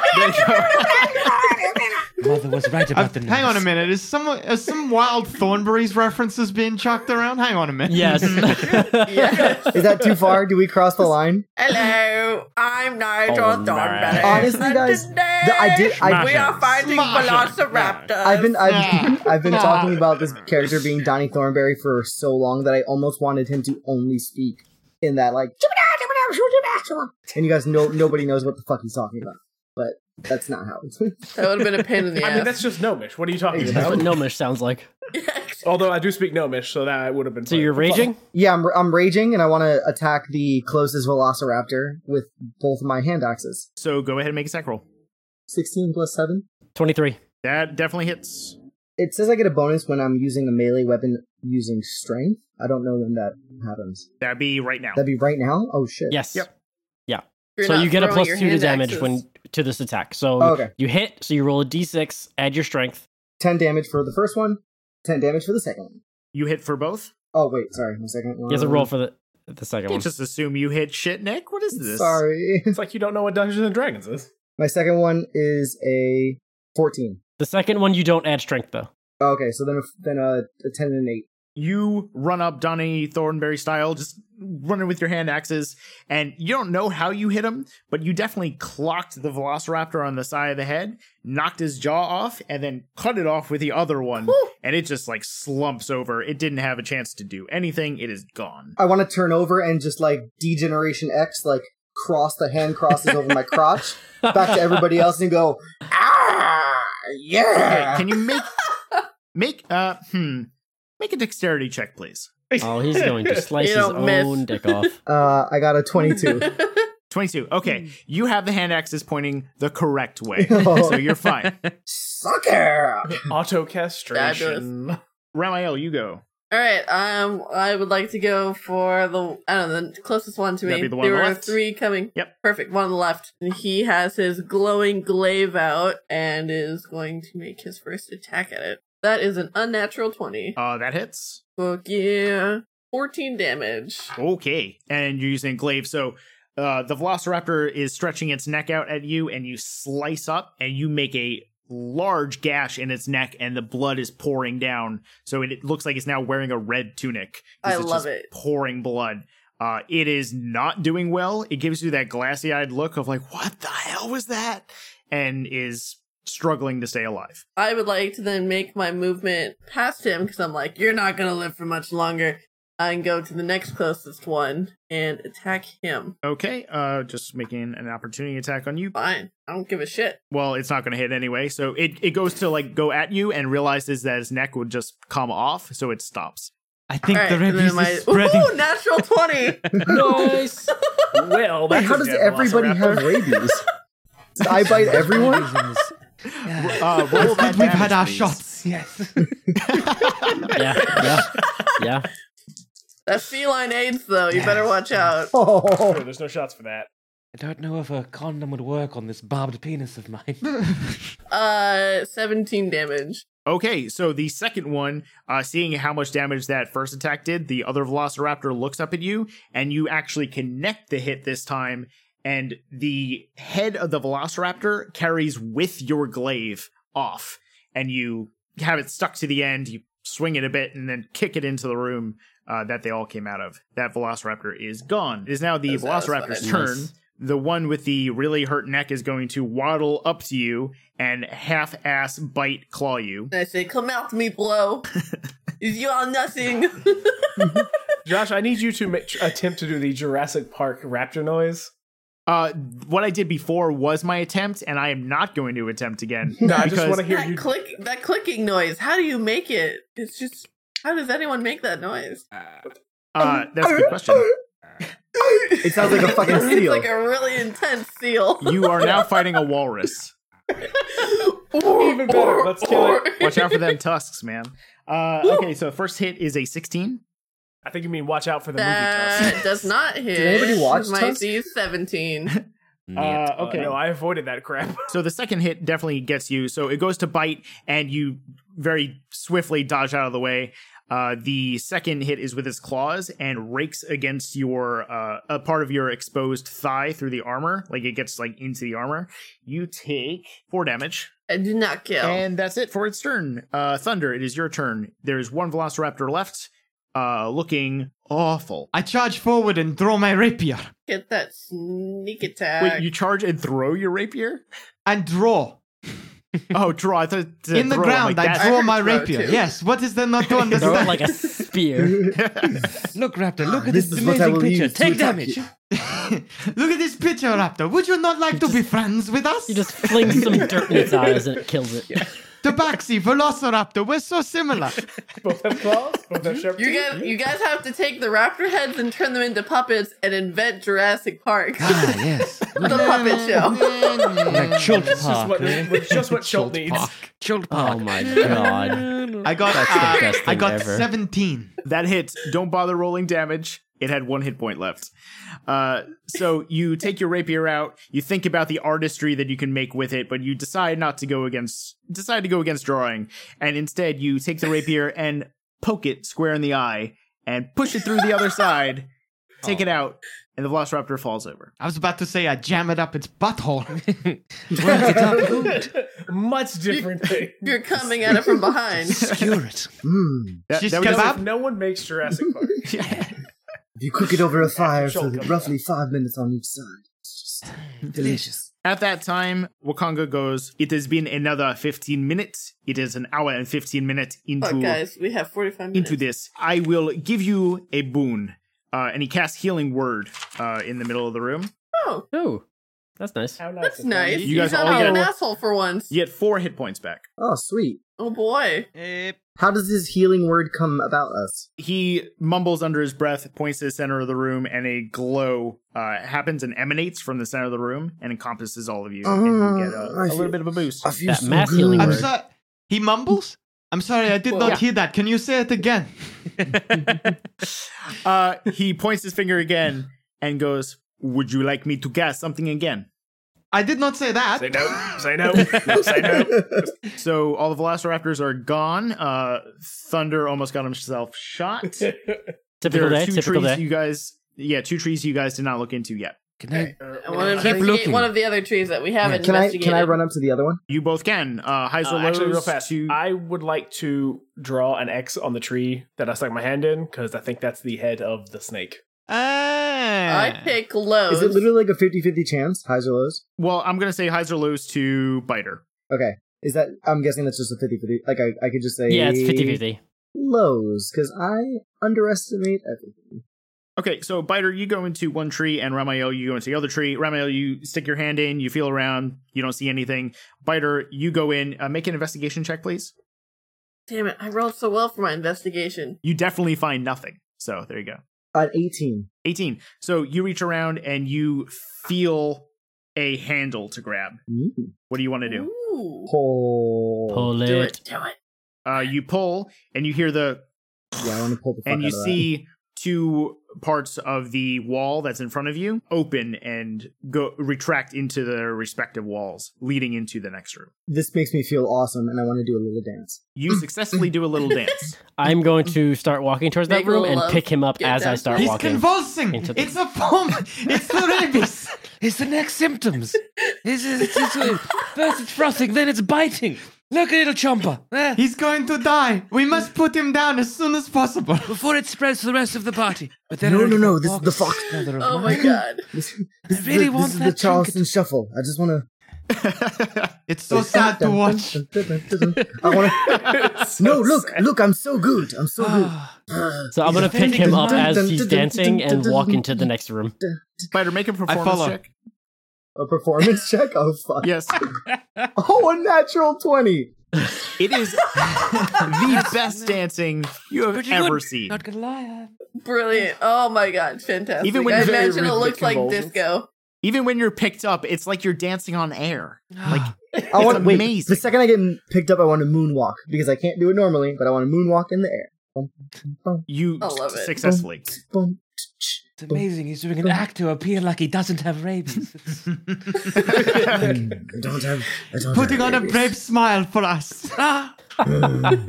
Mother was right
I've-
about the
hang on a
nose.
minute. Is some is some wild Thornberry's references being chucked around? Hang on a minute.
Yes.
Yes.
Is that too far? Do we cross the line?
Hello, I'm Nigel
Oh, no.
Thornberry.
Honestly,
and
guys,
today
the- I did- I-
we are fighting
Smash
Velociraptors.
I've been
Yeah.
I've, I've been
Yeah.
talking about this character being Donnie Thornberry for so long that I almost wanted him to only speak in that like and you guys know nobody knows what the fuck he's talking about. But that's not how it's
that would have been a pain in the ass.
I mean, that's just gnomish. What are you talking
That's
about?
what gnomish sounds like.
Although I do speak gnomish, so that would have been.
So
fine.
you're raging?
Yeah, I'm I'm raging and I want to attack the closest velociraptor with both of my hand axes.
so, go ahead and make a sack roll.
16 plus 7.
23.
That definitely hits.
It says I get a bonus when I'm using a melee weapon using strength. I don't know when that happens.
That'd be right now.
That'd be right now? Oh shit.
Yes.
Yep.
You're
so
not
you get a
throwing
plus
your
two to
hand
damage
axes.
when to this attack. So
Oh, okay.
you hit, so you roll a d6, add your strength.
10 damage for the first one, 10 damage for the second one.
you hit for both?
Oh wait, sorry, the second one.
You have to roll for the the second
I
one.
can't just assume you hit shit, Nick. What is this?
Sorry.
It's like you don't know what Dungeons and Dragons is.
My second one is a 14.
The second one you don't add strength though.
Okay, so then a, then a, uh, a 10 and an 8.
you run up Donnie Thornberry style, just running with your hand axes, and you don't know how you hit him, but you definitely clocked the Velociraptor on the side of the head, knocked his jaw off, and then cut it off with the other one, and it just like slumps over. It didn't have a chance to do anything. It is gone.
I want to turn over and just like degeneration X, like cross, the hand crosses over my crotch, back to everybody else, and go, ah,
Okay,
yeah.
can you make make uh hmm make a dexterity check, please?
Oh, he's going to slice
You
his
don't miss.
own dick off.
Uh, I got a 22.
Twenty-two. Okay, you have the hand axes pointing the correct way,
Oh.
so you're fine.
Sucker!
Auto castration.
Ramael, you go.
All right, um, I would like to go for the I don't know the closest one to me.
That'd be the one
there
on the
were
left.
three coming.
Yep.
perfect. One on the left. And he has his glowing glaive out and is going to make his first attack at it. That is an unnatural twenty.
Uh, that hits.
Fuck yeah, fourteen damage.
Okay, and you're using glaive, so. Uh, the velociraptor is stretching its neck out at you, and you slice up, and you make a large gash in its neck, and the blood is pouring down. So it, it looks like it's now wearing a red tunic. 'cause
I
it's
love
just
it.
Pouring blood. Uh, it is not doing well. It gives you that glassy eyed look of like, what the hell was that? And is struggling to stay alive.
I would like to then make my movement past him because I'm like, you're not gonna live for much longer. And go to the next closest one and attack him.
Okay, uh, just making an opportunity attack on you.
Fine, I don't give a shit.
Well, it's not going to hit anyway. So it, it goes to like go at you and realizes that his neck would just come off. So it stops.
I think
All
the
right, and then
rabies
my-
is spreading.
Ooh, natural 20.
nice.
well,
Wait,
that's
how
a
does
dead
everybody have
velociraptor.
rabies? Did I bite everyone?
Uh, roll
Good,
that
we've had
damage,
our
please.
shots. Yes.
Yeah, yeah, yeah.
that feline AIDS, though. You better watch out.
No,
Oh,
there's no shots for that.
I don't know if a condom would work on this barbed penis of mine.
Uh, 17 damage.
Okay, so the second one, uh, seeing how much damage that first attack did, the other Velociraptor looks up at you, and you actually connect the hit this time, and the head of the Velociraptor carries with your glaive off, and you have it stuck to the end, you swing it a bit, and then kick it into the room uh, that they all came out of. That Velociraptor is gone. It is now the
That's
Velociraptor's
satisfying.
turn.
Nice.
The one with the really hurt neck is going to waddle up to you and half-ass bite claw you.
And I say, come out me, blow. you are nothing.
Josh, I need you to ma- tr- attempt to do the Jurassic Park raptor noise.
Uh, what I did before was my attempt, and I am not going to attempt again.
No, I just
Because-
want to hear
that,
you.
click, that clicking noise, how do you make it? It's just, how does anyone make that noise?
Ah.
Uh, that's a good question.
it sounds like a fucking
It's
seal.
like a really intense seal.
You are now fighting a walrus.
Even better. Let's kill it.
Watch out for them tusks, man. Uh, okay, so first hit is a 16.
I think you mean watch out for the movie
That
tusk.
does not hit.
anybody watch
My
Tusk?
D 17.
Uh,
Uh,
okay,
no, I avoided that crap.
so the second hit definitely gets you. So it goes to bite, and you very swiftly dodge out of the way. Uh, the second hit is with its claws and rakes against your uh, a part of your exposed thigh through the armor, like it gets like into the armor. You take four damage.
I did not kill.
And that's it for its turn. Uh, Thunder, it is your turn. There's one Velociraptor left, uh, looking awful.
I charge forward and throw my rapier
Get that sneak attack.
Wait, you charge and throw your rapier?
and draw.
oh, draw. I thought to
In the
throw. I'm
ground,
like,
I
that-
draw my
Throw
rapier.
too.
Yes, what is there not to
Throw it
understand?
like a spear.
look, Raptor, look at
This
this,
is what I
amazing
will
picture.
use to
Take
attack
damage.
you.
Look at this picture, Raptor. Would you not like to be friends with us?
He just flings some dirt in its eyes and it kills it.
Tabaxi, Velociraptor, we're so similar.
Both have claws. Both have sharp
You
teeth.
guys, you guys have to take the raptor heads and turn them into puppets and invent Jurassic Park, the
Ah, yes.
puppet show.
like Chult
It's just
Park.
what, it's just what Schultz needs.
Chult
Oh
Park.
my god.
I got,
the
uh,
best
I
thing
got
ever.
17.
that hits. Don't bother rolling damage. It had one hit point left. Uh, so you take your rapier out. You think about the artistry that you can make with it, but you decide not to go against decide to go against drawing, and instead you take the rapier and poke it square in the eye and push it through the other side, take it out, and the Velociraptor falls over.
Oh. I was about to say I jam it up its butthole.
Work it up good.
Much different thing.
You're coming at it from behind.
Skewer it.
Hmm.
That,
She's
that was-
kebab.
No one makes Jurassic Park.
If you cook it over a fire for
Choke 'em.
roughly five minutes on each side, it's just delicious.
At that time, Wakanga goes, It has been another 15 minutes. It is an hour and 15 minutes into
But guys, we have 45 minutes.
into this. I will give you a boon. Uh, and he casts Healing Word uh, in the middle of the room.
Oh,
Oh, that's nice.
How nice
that's
of them.
nice.
You
You
guys
guys
all
not
get
an
a-
asshole for once.
You get four hit points back.
Oh, sweet.
Oh boy.
Eh,
How does his healing word come about us?
He mumbles under his breath, points to the center of the room, and a glow uh, happens and emanates from the center of the room and encompasses all of you. and you get a,
Ah,
Uh, I
a little
feel-
bit of a boost.
I feel
That
so
mass
good.
healing
I'm
word.
sorry. He mumbles? I'm sorry, I did
Well,
not
yeah.
hear that. Can you say it again?
Uh, he points his finger again and goes, Would you like me to cast something again?
I did not say that.
Say no. Say no. no say no.
So all the velociraptors are gone. Uh, Thunder almost got himself shot.
Typical
there are
day.
two
Typical
trees
day.
you guys, yeah, two trees you guys did not look into yet.
Can I?
I want to
Keep
investigate
looking.
Uh, one of the other trees that we haven't
Can I
investigated.
can I run up to the other one?
You both can. Uh, highs or
Uh,
lows.
actually, real fast.
to-
I would like to draw an X on the tree that I stuck my hand in because I think that's the head of the snake.
Ah.
I pick lows.
Is it literally like a 50-50 chance, highs or lows?
well, I'm gonna say highs or lows to Biter.
Okay. Is that I'm guessing that's just a 50-50. Like I, I could just say
Yeah, it's 50 50.
Lows, because I underestimate everything.
Okay, so Biter, you go into one tree, and Ramael, you go into the other tree. Ramael, you stick your hand in, you feel around, you don't see anything. Biter, you go in. Uh, make an investigation check, please.
Damn it! I rolled so well for my investigation.
You definitely find nothing. So there you go.
At 18.
18. So you reach around and you feel a handle to grab.
Mm.
What do you want to do?
Ooh.
Pull.
Pull
Do it.
it.
Do it.
Uh, you pull, and you hear the
Yeah, I want to pull the fuck
and you
out of that.
see two parts of the wall that's in front of you open and go retract into their respective walls leading into the next room
This makes me feel awesome, and I want to do a little dance.
you successfully do a little dance
I'm going to start walking towards that
Make
room
a
and
love.
pick him up
Get
as I
down.
start
He's
walking.
convulsing.
into the-
It's a form. It's the rabies.
It's the next symptoms. It's, it's, it's, it's, first it's thrusting, then it's biting. Look at little chomper. Ah,
He's going to die. We must put him down as soon as possible.
before it spreads to the rest of the party. But then
No,
I don't
no,
get
no,
the
this is the fox.
feather of
Oh
mine.
my god.
This,
I
this is
really
the,
want
this is
that
the Charleston Shuffle. I just want to.
It's so sad to watch.
I want to. No, look, look! I'm so good. I'm so good.
So I'm going to pick him up
dun,
as
dun,
he's
dun, dun,
dancing
dun,
and
dun,
walk
dun,
into the next room.
spider make a performance
follow.
check
A performance check. Oh fuck!
yes
Oh, a natural twenty.
it is the best dancing you have
Pretty
ever
good.
seen
Not gonna lie.
Brilliant. Oh my god. Fantastic.
Even when
I
you're very
imagine it
rhythmic
looks like
convulsions.
disco.
even when you're picked up it's like you're dancing on air
Like,
I want wait.
amazing.
The second I get picked up, I want to moonwalk because I can't do it normally, but I want to moonwalk in the air. Bum, bum,
you
I love it.
successfully
bum.
it's amazing. He's doing an act to appear like he doesn't have rabies. It's-
I don't have. I don't
Putting
have
on a
rabies.
brave smile for us.
ah,
I'm not.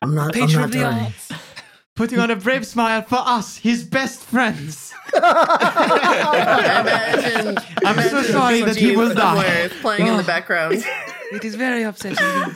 I'm
patron
not
of the
dying.
arts.
Putting on a brave smile for us, his best friends.
I imagine.
I'm so
imagine
sorry that he
Jeeves
will die.
somewhere is playing in the background.
It is very upsetting.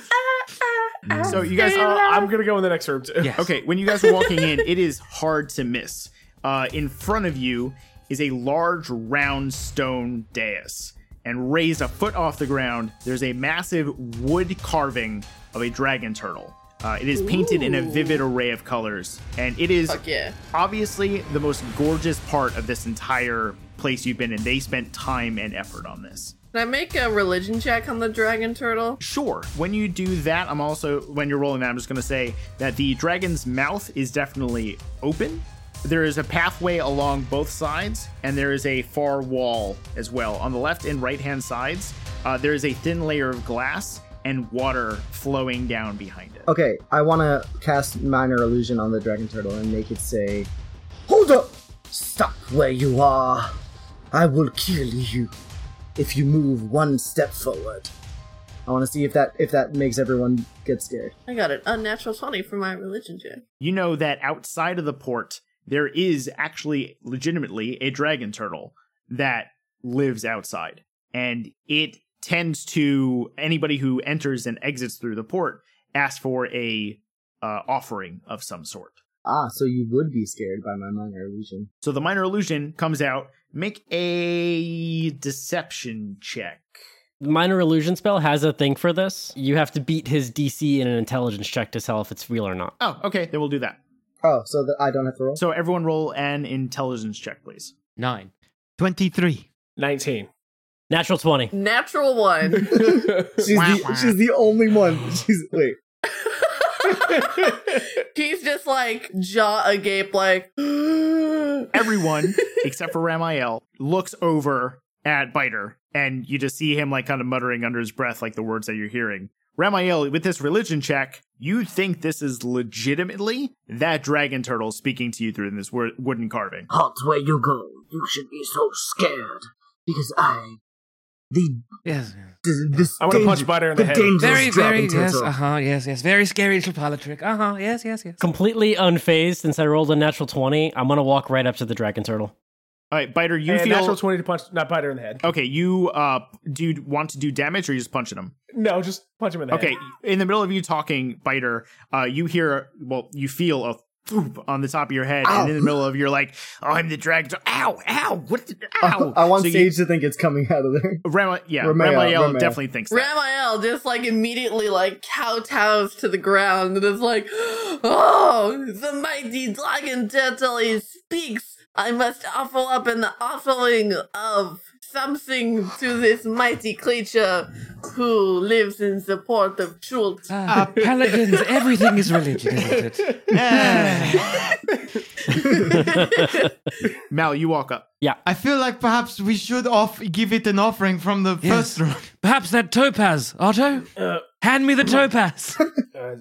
so you guys
Uh, I'm gonna go in the next room too.
Yes.
Okay, when you guys are walking in, it is hard to miss. Uh, in front of you is a large round stone dais. And raised a foot off the ground, there's a massive wood carving of a dragon turtle. Uh, it is painted in a vivid array of colors, and it is
Fuck yeah.
obviously the most gorgeous part of this entire place you've been in. They spent time and effort on this.
Can I make a religion check on the dragon turtle?
Sure. When you do that, I'm also when you're rolling that, I'm just gonna say that the dragon's mouth is definitely open. There is a pathway along both sides, and there is a far wall as well. On the left and right hand sides, uh, there is a thin layer of glass and water flowing down behind it.
Okay, I want to cast minor illusion on the dragon turtle and make it say, "Hold up! Stop where you are! I will kill you if you move one step forward." I want to see if that if that makes everyone get scared.
I got an unnatural 20 for my religion check.
You know that outside of the port, there is actually legitimately a dragon turtle that lives outside. And it tends to anybody who enters and exits through the port ask for a uh, offering of some sort.
Ah, so you would be scared by my minor illusion.
So the minor illusion comes out. Make a deception check.
Minor illusion spell has a thing for this. You have to beat his DC in an intelligence check to tell if it's real or not.
Oh, okay. Then we'll do that.
Oh, so that I don't have to roll.
So everyone roll an intelligence check, please.
Nine.
23.
19.
Natural 20.
Natural one.
She's the, she's the only one. She's wait.
He's just like jaw agape, like
Everyone except for Ramiel looks over at Biter, and you just see him like kind of muttering under his breath, like the words that you're hearing. Ramiel, with this religion check, you think this is legitimately that dragon turtle speaking to you through this wo- wooden carving.
Halt where you go. You should be so scared because I, the
Yes.
the, this
I wanna punch Butter in the head.
dangerous
Very, very,
dragon
yes,
turtle.
uh huh, yes, yes. Very scary little pilot trick. Uh huh, yes, yes, yes.
Completely unfazed since I rolled a natural 20. I'm going to walk right up to the dragon turtle.
All right, Biter, you
and
feel
natural 20 to punch, not bite her in the head.
okay. You uh, do you want to do damage or you just punching him?
No, just punch him in the
Okay,
head.
in the middle of you talking, Biter, uh, you hear, well, you feel a thump on the top of your head, and in the middle of you're like, oh, I'm the dragon. Ow, ow, what? The, ow.
I want
so you-
Sage to think it's coming out of there.
Rama, yeah,
Rameo,
Ramael
Rameo.
definitely thinks that.
Ramiel just like immediately like kowtows to the ground and is like, Oh, the mighty dragon turtle he speaks. I must offer up an offering of something to this mighty creature who lives in support of Chult.
Ah, paladins, everything is religion, isn't it?
Eh,
Mal, you walk up.
I feel like perhaps we should off give it an offering from the
Yes.
first room.
Perhaps that topaz, Otto?
Uh,
Hand me the topaz.
What are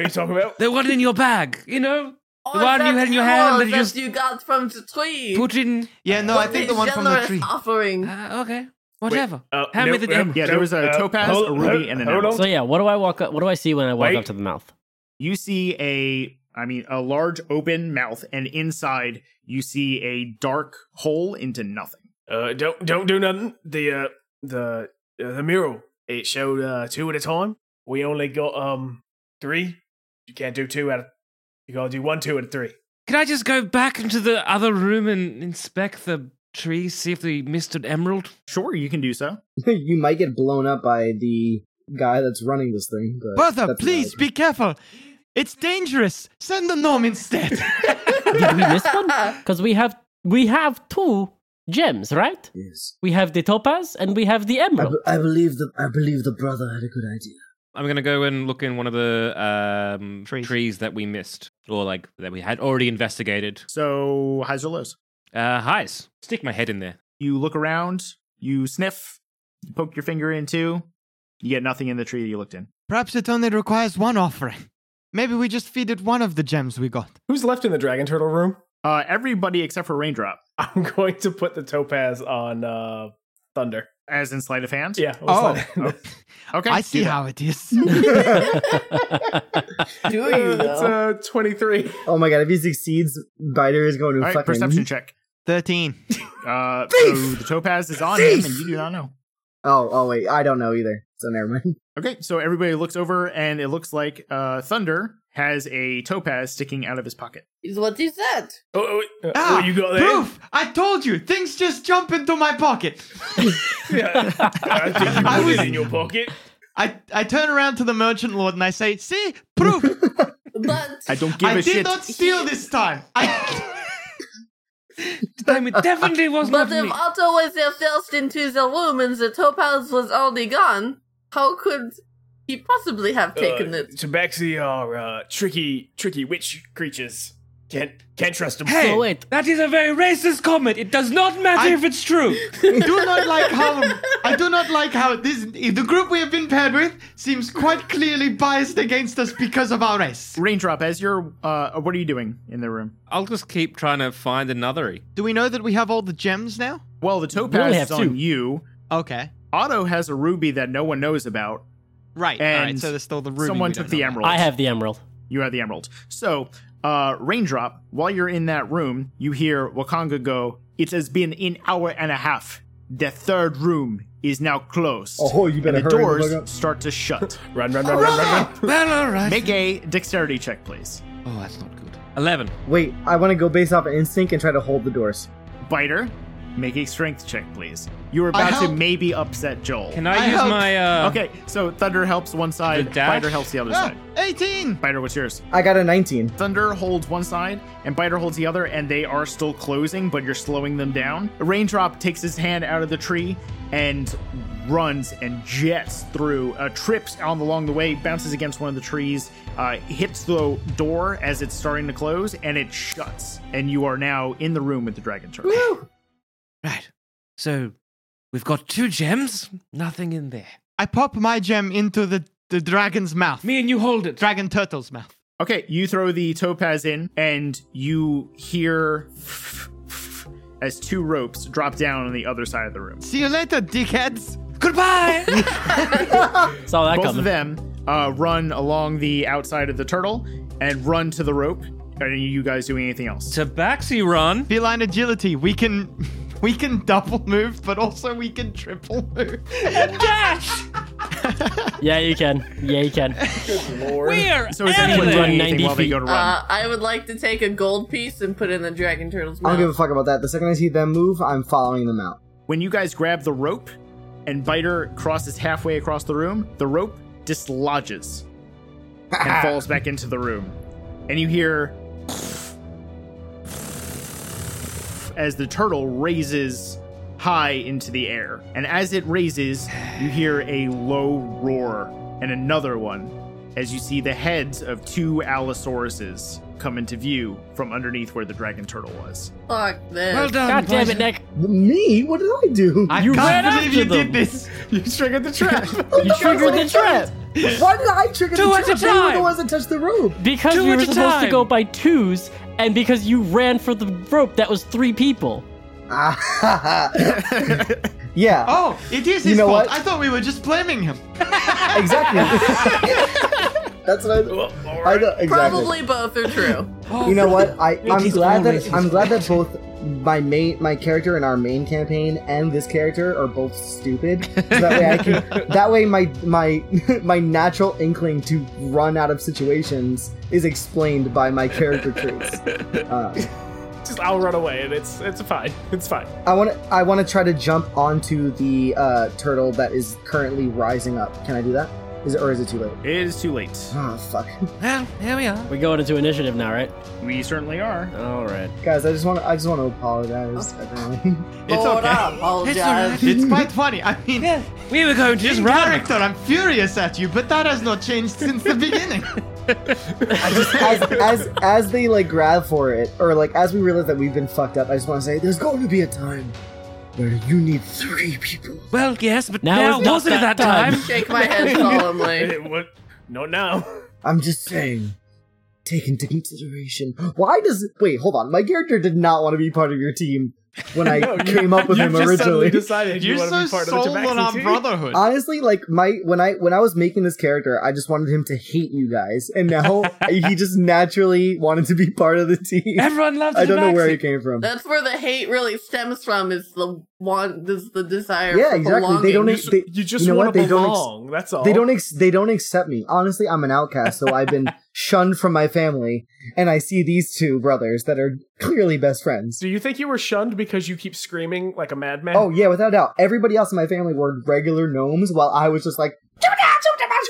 you talking about?
the one in your bag, you know?
Or
The
Oh,
one you
that
had in your hand
arrow
that you
that
just-
you got from the tree.
Put in.
Yeah, no, I think the one from the
generous
tree.
offering.
Uh, okay, whatever.
Uh,
Hand me
nope,
the damn.
nope,
Yeah, there was a
nope,
topaz,
hold-
a ruby, and an
hold
emerald.
on.
So yeah, what do I walk up? What do I see when I walk
Wait.
up to the mouth?
You see a, I mean, a large open mouth, and inside you see a dark hole into nothing.
Uh, don't don't do nothing. The uh, the uh, the mural it showed uh, two at a time. We only got um three. You can't do two out of. You gotta do one, two, and three.
Can I just go back into the other room and inspect the tree, see if we missed an emerald?
Sure, you can do so.
you might get blown up by the guy that's running this thing. But
Brother,
that's
please
not-
be careful. It's dangerous. Send the gnome instead.
Did we miss one? Because we have we have two gems, right?
Yes,
We have the topaz and we have the
I,
emerald.
be- I believe the I believe the brother had a good idea.
I'm gonna go and look in one of the um,
Trees.
that we missed, or like that we had already investigated.
So, highs or lows?
Uh, highs. Stick my head in there.
You look around, you sniff, you poke your finger into, you get nothing in the tree that you looked in.
perhaps it only requires one offering. Maybe we just feed it one of the gems we got.
Who's left in the dragon turtle room?
Uh, everybody except for Raindrop,
I'm going to put the topaz on uh thunder.
as in sleight of hand.
Yeah.
Oh.
Okay.
I see
do that.
how it is.
Do you
It's
though?
uh 23.
Oh my god! If he succeeds, Biter is going to
All right,
fucking
perception check.
13.
Uh, So
Thief!
the topaz is on him,
Thief!
and you do not know.
Oh, oh wait, I don't know either. So never mind.
Okay, so everybody looks over, and it looks like uh, Thunder has a topaz sticking out of his pocket.
Is what he said.
Oh, oh, wait. Uh,
Ah,
what you got there?
Proof! I told you, things just jump into my pocket.
Yeah. I think you put
I was-
it in your pocket.
I, I turn around to the merchant lord and I say, See, proof!
But
I don't give a
I did
shit.
not steal this time. I,
Damn, it definitely was not
But if
me.
Otto was there first into the room and the topaz was already gone, how could he possibly have taken
Uh,
it?
Tabaxi are uh, tricky, tricky witch creatures. Can't can't trust them.
Hey,
So wait.
that is a very racist comment. It does not matter
I-
if it's true.
do not like how I do not like how this the group we have been paired with seems quite clearly biased against us because of our race.
Raindrop, as you're, uh, what are you doing in the room?
I'll just keep trying to find another.
Do we know that we have all the gems now?
Well, the
only
topaz
have
is on
two.
you.
Okay.
Otto has a ruby that no one knows about.
Right. all
And
right. So there's still the ruby.
Someone
we don't
took the
know about.
emerald.
I have the emerald.
You have the emerald. So, uh, Raindrop, while you're in that room, you hear Wakanga go, It has been an hour and a half. The third room is now closed.
Oh, you better
and the
hurry the fuck up.
doors start to shut.
Run, run, run, run, run, run.
Well, all right.
Make a dexterity check, please.
Oh, that's not good. Eleven.
Wait, I want to go based off of instinct and try to hold the doors.
Biter, Make a strength check, please. You were about to
help.
maybe upset Joel.
Can I,
I
use
help.
my uh
okay, so Thunder helps one side,
The dash?
Biter helps the other
Ah,
side.
18!
Biter, what's yours?
I got a 19.
Thunder holds one side, and Biter holds the other, and they are still closing, but you're slowing them down. Raindrop takes his hand out of the tree and runs and jets through, uh, trips on along the way, bounces against one of the trees, uh, hits the door as it's starting to close, and it shuts. And you are now in the room with the dragon turtle.
Right. So we've got two gems, nothing in there.
I pop my gem into the, the dragon's mouth.
Me and you hold it.
Dragon turtle's mouth.
Okay, you throw the topaz in, and you hear as two ropes drop down on the other side of the room.
See you later, dickheads!
Goodbye.
Saw that
both
coming.
of them uh, run along the outside of the turtle and run to the rope. Are you guys doing anything else?
Tabaxi run.
Feline agility. We can we can double move, but also we can triple move.
Dash.
Yeah, you can. Yeah, you can.
We are
So is
out of
anyone
Run
there.
doing
90
anything while they
feet.
go to run?
Uh, I would like to take a gold piece and put it in the dragon turtle's
I
mouth.
don't give a fuck about that. The second I see them move, I'm following them out.
when you guys grab the rope and Biter crosses halfway across the room, the rope dislodges and falls back into the room. And you hear as the turtle raises high into the air. And as it raises, you hear a low roar and another one as you see the heads of two Allosauruses come into view from underneath where the dragon turtle was.
Fuck this.
Well done.
God damn it,
Poison.
Nick.
Me? What did I do?
I
You ran
can't believe
after
you
them.
did this.
You triggered the trap!
You triggered the trap.
Why did I trigger
Two
the
at
trigger?
a
They were the
time!
ones that touched the rope.
Because
Two
we
at
were
a
supposed to
time.
go by twos, and because you ran for the rope, that was three people.
yeah,
Oh, it is his
You know
fault.
what?
I thought we were just blaming him.
exactly. That's what I. I know, exactly.
Probably both are true.
You know what? I, I'm
is
glad
always
that
his
I'm glad that both my main my character in our main campaign and this character are both stupid. So that way I can that way my my my natural inkling to run out of situations is explained by my character traits. Uh,
Just I'll run away, and it's it's fine. It's fine.
I want to I want to try to jump onto the uh, turtle that is currently rising up. Can I do that? Is it or is it too late?
It is too late.
Oh fuck,
Well, here we are.
We're going into initiative now, right?
We certainly are.
All right.
guys! I just want I just want to apologize. everyone.
It's
Hold
okay.
up, hold
It's
on.
alright.
It's quite funny. I mean,
We were going to just
in
run.
character, I'm furious at you, but that has not changed since the beginning.
as, as as they like grab for it, or like as we realize that we've been fucked up, I just want to say there's going to be a time where you need three people.
Well, yes, but
Now
now,
is not
wasn't it
that
that
time.
time?
Shake my head solemnly.
It would- Not now.
I'm just saying, take into consideration why does wait hold on my character did not want to be part of your team when I came up with
You
him
just
originally.
suddenly decided you
You're
want to
so
be part
sold
of the
on our
Tabaxi team.
brotherhood.
Honestly, like my when I when I was making this character, I just wanted him to hate you guys, and now he just naturally wanted to be part of the team.
Everyone loves
I don't know where he
Tabaxi.
came from.
That's where the hate really stems from. Is the want? Is the desire?
Yeah,
for
exactly. They don't.
belonging.
Ex- they,
You just
know
want
what?
to
They don't ex-
belong. that's all.
They don't ex- they don't accept me. Honestly, I'm an outcast, so I've been shunned from my family, and I see these two brothers that are clearly best friends.
Do you think you were shunned because you keep screaming like a madman?
Oh yeah, without a doubt. Everybody else in my family were regular gnomes, while I was just like.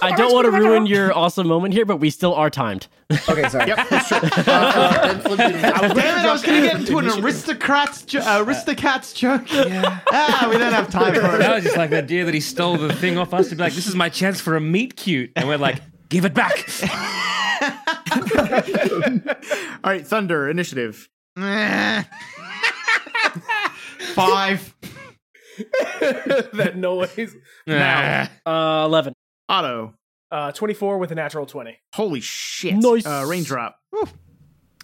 I don't want to ruin your awesome moment here, but we still are timed.
Okay, sorry.
Yep, that's true.
That's legitimate.
Damn it, I was gonna get into an aristocrat's jo- aristocrat's joke.
Yeah.
Ah, we don't have time for
That
it.
was just like the idea that he stole the thing off us to be like, this is my chance for a meet cute. And we're like, give it back.
All right, Thunder initiative.
Five.
that noise.
Nah.
Uh, 11.
Otto.
Uh, 24 with a natural 20.
Holy shit.
Nice.
Uh, raindrop.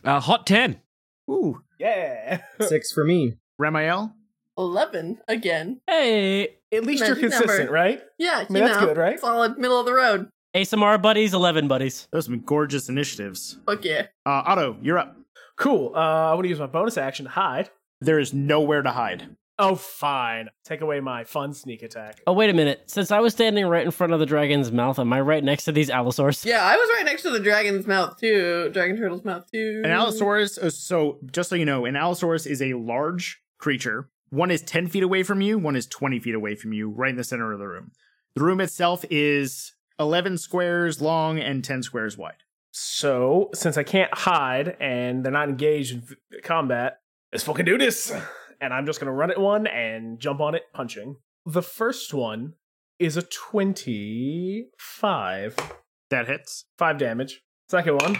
Uh, hot 10.
Ooh.
Yeah.
Six for me.
Ramael.
Eleven again.
Hey.
At least you're
Magic number.
consistent, right?
Yeah, you
mean, that's
know,
good, right?
Solid middle of the road.
ASMR buddies, 11 buddies.
Those have been gorgeous initiatives.
Fuck yeah.
Uh, Otto, you're up.
Cool. Uh, I want to use my bonus action to hide.
There is nowhere to hide.
Oh, fine. Take away my fun sneak attack.
Oh, wait a minute. Since I was standing right in front of the dragon's mouth, am I right next to these allosaurs?
Yeah, I was right next to the dragon's mouth too. Dragon
Mm-hmm.
turtle's mouth too.
An Allosaurus. uh, So, just so you know, an Allosaurus is a large creature One is 10 feet away from you, one is 20 feet away from you, right in the center of the room. The room itself is 11 squares long and 10 squares wide.
So, since I can't hide and they're not engaged in v- combat, let's fucking do this. And I'm just gonna run at one and jump on it, punching. The first one is a 25.
That hits.
Five damage. Second one,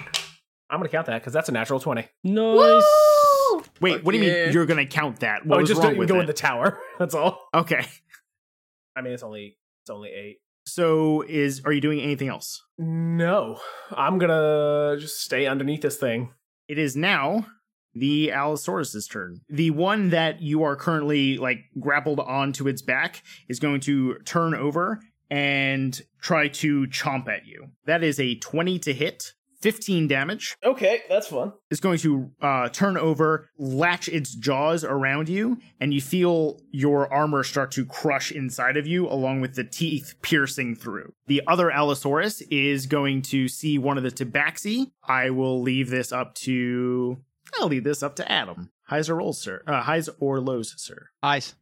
I'm gonna count that because that's a natural 20.
Nice.
Woo!
Wait,
Fuck
what do you
yeah.
mean you're going to count that? What
Oh,
was
just
wrong
didn't
with
go
it?
in the tower. That's all.
okay.
I mean, it's only it's only eight.
So is are you doing anything else?
No, I'm gonna just stay underneath this thing.
It is now the Allosaurus's turn. The one that you are currently like grappled onto its back is going to turn over and try to chomp at you. That is a 20 to hit, 15 damage.
Okay, that's fun.
is going to uh, turn over, latch its jaws around you, and you feel your armor start to crush inside of you, along with the teeth piercing through. The other Allosaurus is going to see one of the tabaxi. I will leave this up to. I'll leave this up to Adam. Highs or rolls, sir. Uh, highs or lows, sir.
Eyes.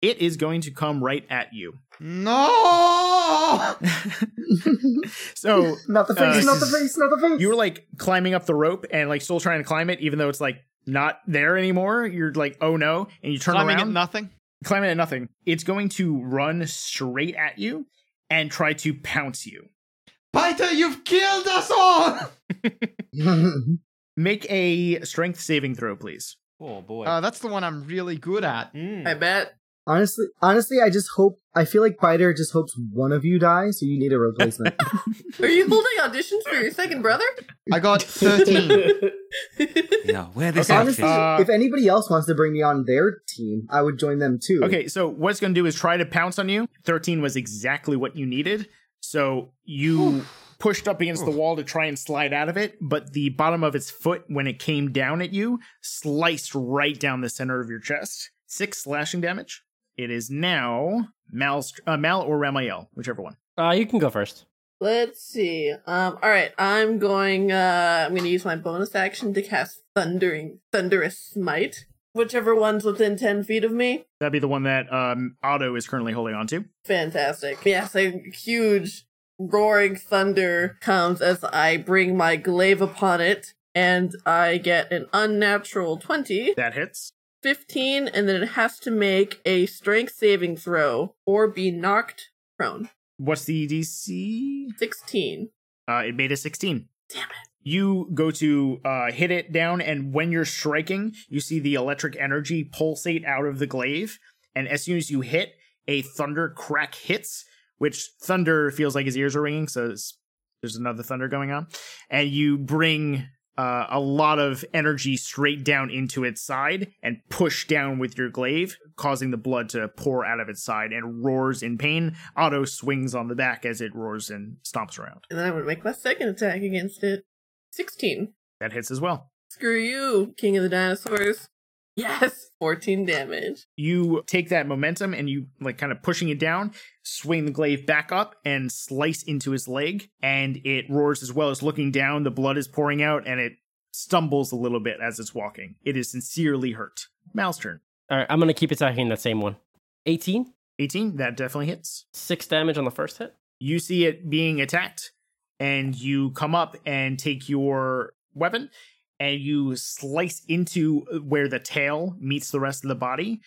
It is going to come right at you.
No!
So
Not the
Uh,
face, not the face, not the face.
you were like climbing up the rope and like still trying to climb it, even though it's like not there anymore. You're like, oh no, and you turn
Climbing
around.
at nothing.
climbing at nothing. It's going to run straight at you and try to pounce you.
Biter, you've killed us all!
Make a strength saving throw, please.
Oh boy.
Uh, that's the one I'm really good at.
Mm.
I bet.
honestly, honestly, I just hope. I feel like Biter just hopes one of you dies, so you need a replacement.
Are you holding auditions for your second brother?
I got 13.
Yeah, wear this
honestly,
outfit.
Uh,
if anybody else wants to bring me on their team, I would join them too.
Okay, so what it's going to do is try to pounce on you. 13 was exactly what you needed. So you pushed up against the wall to try and slide out of it, but the bottom of its foot, when it came down at you, sliced right down the center of your chest. Six slashing damage. It is now Mal's, uh, Mal or Ramael, whichever one.
Uh, you can go first.
Let's see. Um, all right, I'm going. Uh, I'm going to use my bonus action to cast thundering, thunderous smite. Whichever one's within ten feet of me.
That'd be the one that um, Otto is currently holding on to.
Fantastic. Yes, a huge roaring thunder comes as I bring my glaive upon it, and I get an unnatural 20,
That hits.
15, and then it has to make a strength saving throw or be knocked prone.
What's the DC?
16.
Uh, it made a 16.
Damn it.
You go to uh, hit it down, and when you're striking, you see the electric energy pulsate out of the glaive. And as soon as you hit, a thunder crack hits, which thunder feels like his ears are ringing, so it's, there's another thunder going on. And you bring uh, a lot of energy straight down into its side and push down with your glaive, causing the blood to pour out of its side and roars in pain. Otto swings on the back as it roars and stomps around.
And then I'm going to make my second attack against it. 16.
That hits as well.
Screw you, King of the Dinosaurs. Yes, 14 damage.
you take that momentum and you like kind of pushing it down, swing the glaive back up and slice into his leg, and it roars as well as looking down. The blood is pouring out and it stumbles a little bit as it's walking. It is sincerely hurt. Mal's turn.
All right, I'm gonna keep attacking that same one. 18,
18, that definitely hits.
six damage on the first hit.
You see it being attacked, and you come up and take your weapon and you slice into where the tail meets the rest of the body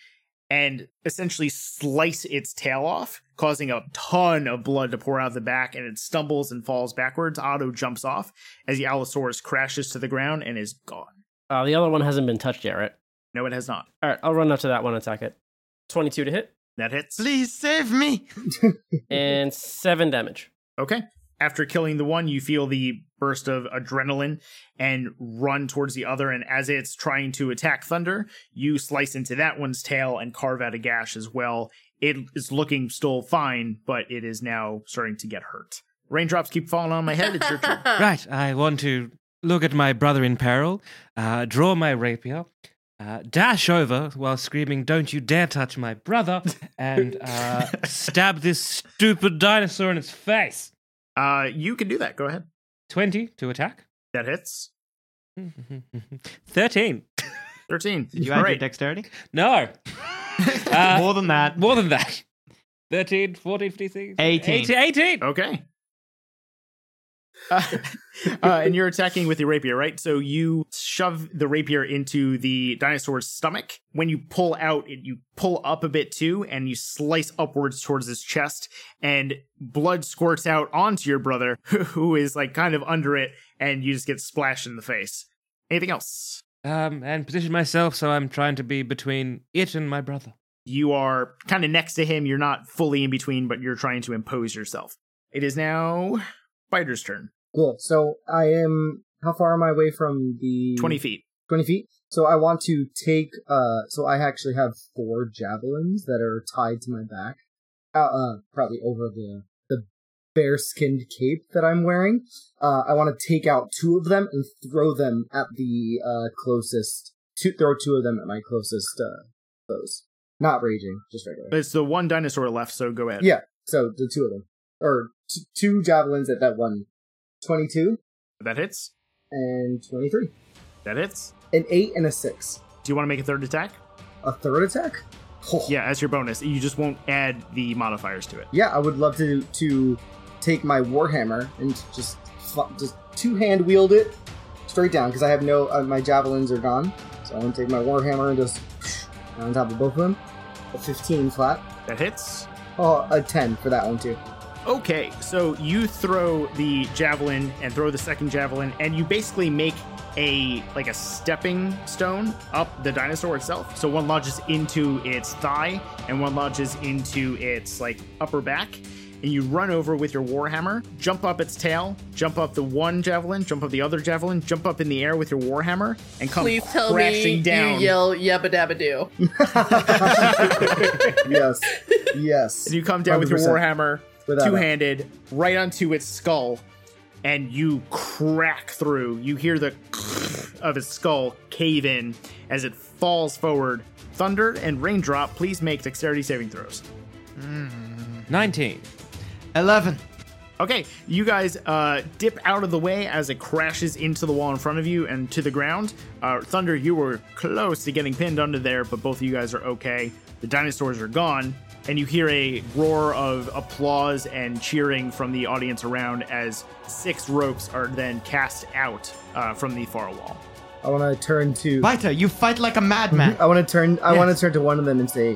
and essentially slice its tail off, causing a ton of blood to pour out of the back, and it stumbles and falls backwards. Otto jumps off as the Allosaurus crashes to the ground and is gone.
Uh, the other one hasn't been touched yet, right?
No, it has not.
All right, I'll run up to that one and attack it. 22 to hit
That hits.
Please save me!
and seven damage.
Okay. After killing the one, you feel the burst of adrenaline and run towards the other. And as it's trying to attack Thunder, you slice into that one's tail and carve out a gash as well. It is looking still fine, but it is now starting to get hurt. Raindrops keep falling on my head. It's your turn.
Right, I want to look at my brother in peril, uh, draw my rapier, uh, dash over while screaming, Don't you dare touch my brother, and uh, stab this stupid dinosaur in its face.
Uh, you can do that. Go ahead.
20 to attack.
That hits.
13.
13.
Did you
All
add your
right.
dexterity?
No. Uh,
More than that.
more than that. 13, 14, 15,
18.
18. 18.
Okay. Uh, uh, and you're attacking with your rapier, right? So you shove the rapier into the dinosaur's stomach. When you pull out, it, you pull up a bit too, and you slice upwards towards his chest, and blood squirts out onto your brother, who is like kind of under it, and you just get splashed in the face. Anything else?
Um, and position myself so I'm trying to be between it and my brother.
You are kind of next to him. You're not fully in between, but you're trying to impose yourself. It is now Spider's turn.
Cool. So I am. How far am I away from the
20 feet.
20 feet. So I want to take. Uh, so I actually have four javelins that are tied to my back, uh, uh probably over the the bear-skinned cape that I'm wearing. Uh, I want to take out two of them and throw them at the uh, closest. Two, throw two of them at my closest uh, foes. Not raging, just regular.
It's the one dinosaur left, so go ahead.
Yeah. So the two of them, or t- two javelins at that one. Twenty-two
That hits.
and twenty-three.
That hits.
An eight and a six.
Do you want to make a third attack?
A third attack? Oh,
Yeah, as your bonus. You just won't add the modifiers to it.
Yeah, I would love to to take my warhammer and just fu- just two hand wield it straight down because I have no uh, my javelins are gone. So I'm gonna take my warhammer and just on top of both of them. A 15 flat.
That hits.
Oh, a 10 for that one too.
Okay, so you throw the javelin and throw the second javelin, and you basically make a like a stepping stone up the dinosaur itself. So one lodges into its thigh, and one lodges into its like upper back. And you run over with your warhammer, jump up its tail, jump up the one javelin, jump up the other javelin, jump up in the air with your warhammer, and come
Please tell
crashing
me
down.
you yell yabba dabba do.
Yes. yes.
And you come down with your
100%.
warhammer,
Without it.
two handed, right onto its skull, and you crack through. You hear the of its skull cave in as it falls forward. Thunder and raindrop, please make dexterity saving throws.
19.
11.
Okay, you guys uh, dip out of the way as it crashes into the wall in front of you and to the ground. Uh, Thunder, you were close to getting pinned under there, but both of you guys are okay. The dinosaurs are gone, and you hear a roar of applause and cheering from the audience around as six ropes are then cast out uh, from the far wall.
I want to turn to
Biter, you fight like a madman.
I want to turn I want to turn to one of them and say,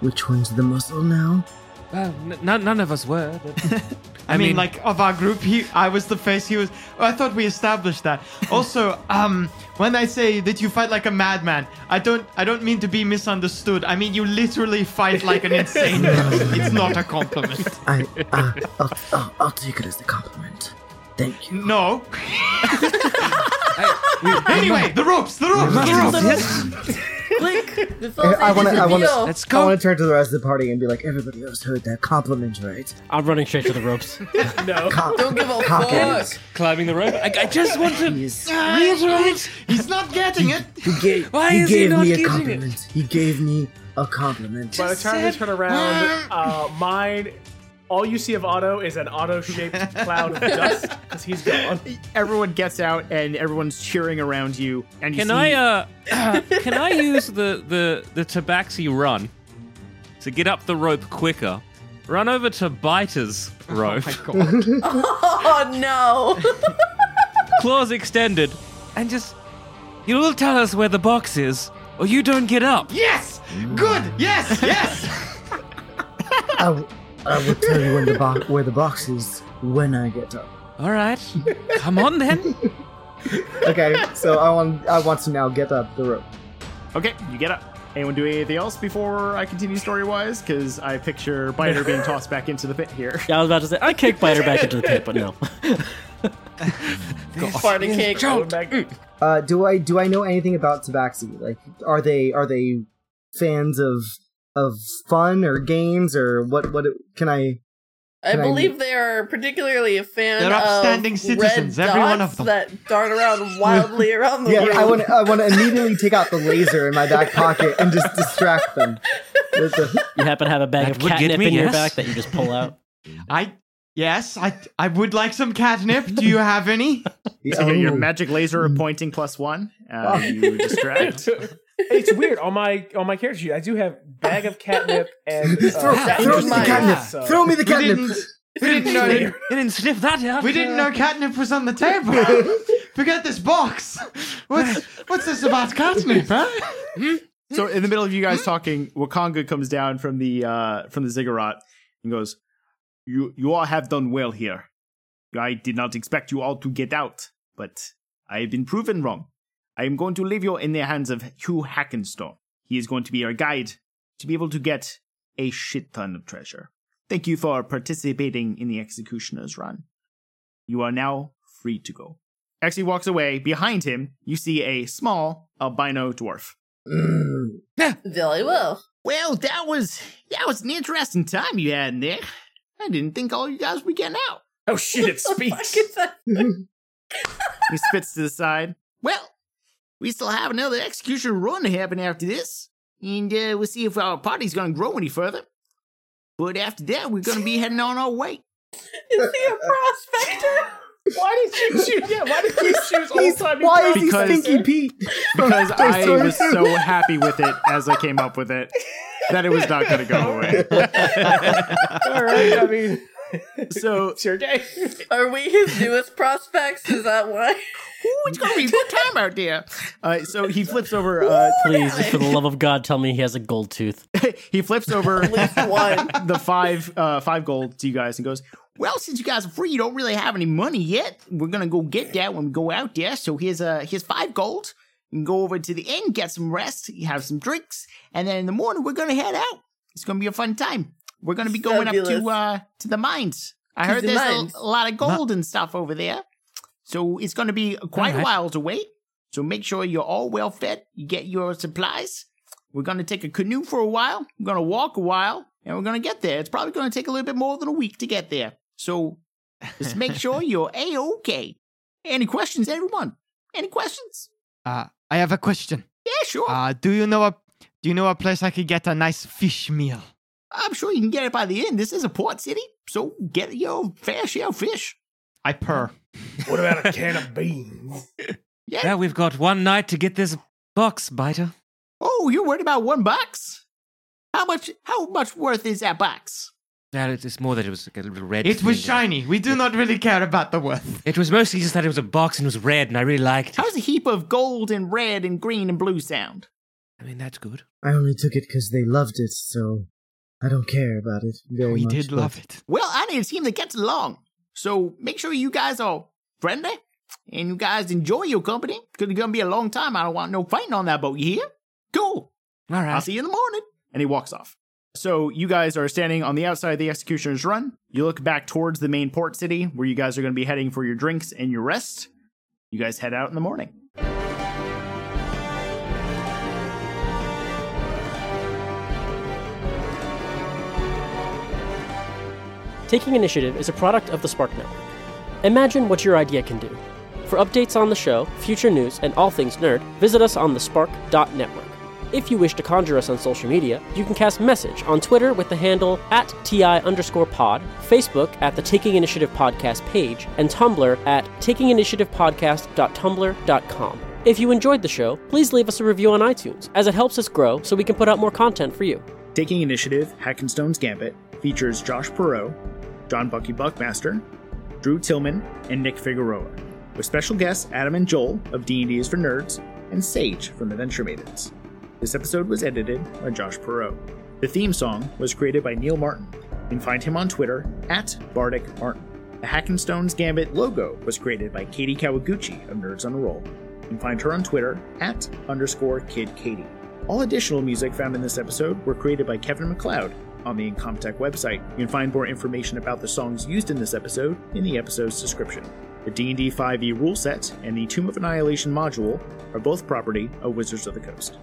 Which one's the muscle now?
Well, n- none none of us were. But
I mean,
mean-
like of our group, he I was the face. He was. I thought we established that. Also, um, when I say that you fight like a madman, I don't. I don't mean to be misunderstood. I mean you literally fight like an insane. person. It's not a compliment.
I, uh, I'll, I'll, I'll take it as a compliment. Thank you.
No. anyway, the ropes. The ropes. The ropes.
Click. The
I wanna-
sausage is
I wanna-
real.
let's
I
go.
want to turn to the rest of the party and be like, everybody else heard that compliment, right?
I'm running straight to the ropes.
Com-
Don't give a
Cock
fuck.
it.
Climbing the rope. I, I just want to.
He's-
reiterate.
He's not getting it.
He gave,
Why
he
is he
gave
not
me a
getting it?
compliment. He gave me a compliment.
By the time you turn around, uh, mine, all you see of Otto is an auto-shaped cloud of dust because he's gone.
Everyone gets out, and everyone's cheering around you. And you
Can
see-
I uh, can I use the the the tabaxi run to get up the rope quicker? Run over to Biter's rope,
Oh no!
claws extended, and just you'll tell us where the box is, or you don't get up.
Yes. Good. Yes. Yes.
I, w- I will tell you when the bo- where the box is when I get up.
All right, come on then.
Okay, so I want I want to now get up the rope.
Okay, you get up. Anyone do anything else before I continue story wise? Because I picture Biter being tossed back into the pit here.
Yeah, I was about to say I kick Biter back into the pit, but no.
Oh,
Farting cake. Oh,
Uh, do I do I know anything about Tabaxi? Like, are they are they fans of of fun or games or what? What can I?
I
Can I-
believe they are particularly a fan
They're upstanding
of
citizens,
red
every one
dots
of them.
that dart around wildly around the
Yeah,
room.
I want I want to immediately take out the laser in my back pocket and just distract them. With the-
You happen to have a bag
That
of
would get
catnip
me,
in your
yes.
back that you just pull out.
I. Yes. I. I would like some catnip. Do you have any?
So you get your
Ooh. Ah.
magic laser of pointing plus one. Uh, you distract.
it's weird on my on my character sheet. I do have bag of catnip and uh,
Throw-
Danger
throw me the
Mite,
catnip.
so-
Throw me the
We
catnip.
didn't, we didn't know
You didn't sniff that out.
we didn't know catnip was on the table. Forget this box. What's what's this about catnip, huh?
Hmm? So in the middle of you guys talking, Wakanga comes down from the uh, from the ziggurat and goes, "You you all have done well here. I did not expect you all to get out, but I have been proven wrong. I am going to leave you in the hands of Hugh Hackenstone. He is going to be our guide to be able to get a shit ton of treasure. Thank you for participating in the executioner's run. You are now free to go." As he walks away, behind him you see a small albino dwarf.
Very well.
Well, that was that was an interesting time you had in there. I didn't think all you guys were getting out.
Oh shit! It
Fuck
speaks.
is that?
He spits to the side. Well, we still have another execution run to happen after this, and uh, we'll see if our party's gonna grow any further. But after that, we're gonna be heading on our way.
Is he a prospector?
Why did you choose? Yeah, why did you choose old
He's,
time?
why is he
Because-
Stinky Pete?
Because
Toy
I
Story
was
2.
so happy with it as I came up with it that it was not gonna go away.
All right, I mean,
So
sure, okay.
Are we his newest prospects? Is that why?
ooh, it's gonna be a good time out there. Uh, so he flips over. Uh,
Please, just for the love of God, tell me he has a gold tooth.
he flips over
One.
the five uh five gold to you guys and goes well since you guys are free you don't really have any money yet we're gonna go get that when we go out there so here's uh here's five gold you can go over to the inn get some rest have some drinks and then in the morning we're gonna head out it's gonna be a fun time we're gonna be going up to
Fabulous.
uh to the mines i
To
heard
the
there's a-
mines.
a, lot of gold and stuff over there so it's gonna be quite a
Alright.
while to wait so make sure you're all well fed you get your supplies we're going to take a canoe for a while. We're going to walk a while and we're going to get there. It's probably going to take a little bit more than a week to get there. So just make sure you're A OK. Any questions, everyone? Any questions?
Uh, I have a question.
Yeah, sure.
Uh, do you know a do you know a place I could get a nice fish meal?
I'm sure you can get it by the end. This is a port city, so get your fair share of fish.
I purr.
What about a can of beans?
Now we've got one night to get this box, biter.
Oh, you're worried about one box? How much? How much worth is that box?
Now it's it's more that it was like a little red.
It was
thing.
shiny. We do not really care about the worth.
It was mostly just that it was a box and it was red, and I really liked it.
How's a heap of gold and red and green and blue sound?
I mean, that's good.
I only took it because they loved it, so I don't care about it very
We
much.
did
but-
love it.
Well, I need a team that gets along. So make sure you guys are friendly and you guys enjoy your company because it's going to be a long time. I don't want no fighting on that boat. You hear? Cool.
All right.
I'll see you in the morning. And he walks off. So you guys are standing on the outside of the executioner's run. You look back towards the main port city where you guys are going to be heading for your drinks and your rest. You guys head out in the morning.
Taking Initiative is a product of the Spark Network. Imagine what your idea can do. For updates on the show, future news, and all things nerd, visit us on thespark.network. If you wish to conjure us on social media, you can cast message on Twitter with the handle at TI underscore pod, Facebook at the Taking Initiative Podcast page, and Tumblr at takinginitiativepodcast.tumblr.com. If you enjoyed the show, please leave us a review on iTunes, as it helps us grow so we can put out more content for you.
Taking Initiative Hackenstone's Gambit features Josh Perot, John Bucky Buckmaster, Drew Tillman, and Nick Figueroa, with special guests Adam and Joel of D&D is for Nerds and Sage from Adventure Maidens. This episode was edited by Josh Perot. The theme song was created by Neil Martin. You can find him on Twitter at Bardic Martin. The Hackenstone's Gambit logo was created by Katie Kawaguchi of Nerds on a Roll. You can find her on Twitter at underscore kid Katie. All additional music found in this episode were created by Kevin McLeod on the Incomtech website. You can find more information about the songs used in this episode in the episode's description. The E D&D 5e rule set and the Tomb of Annihilation module are both property of Wizards of the Coast.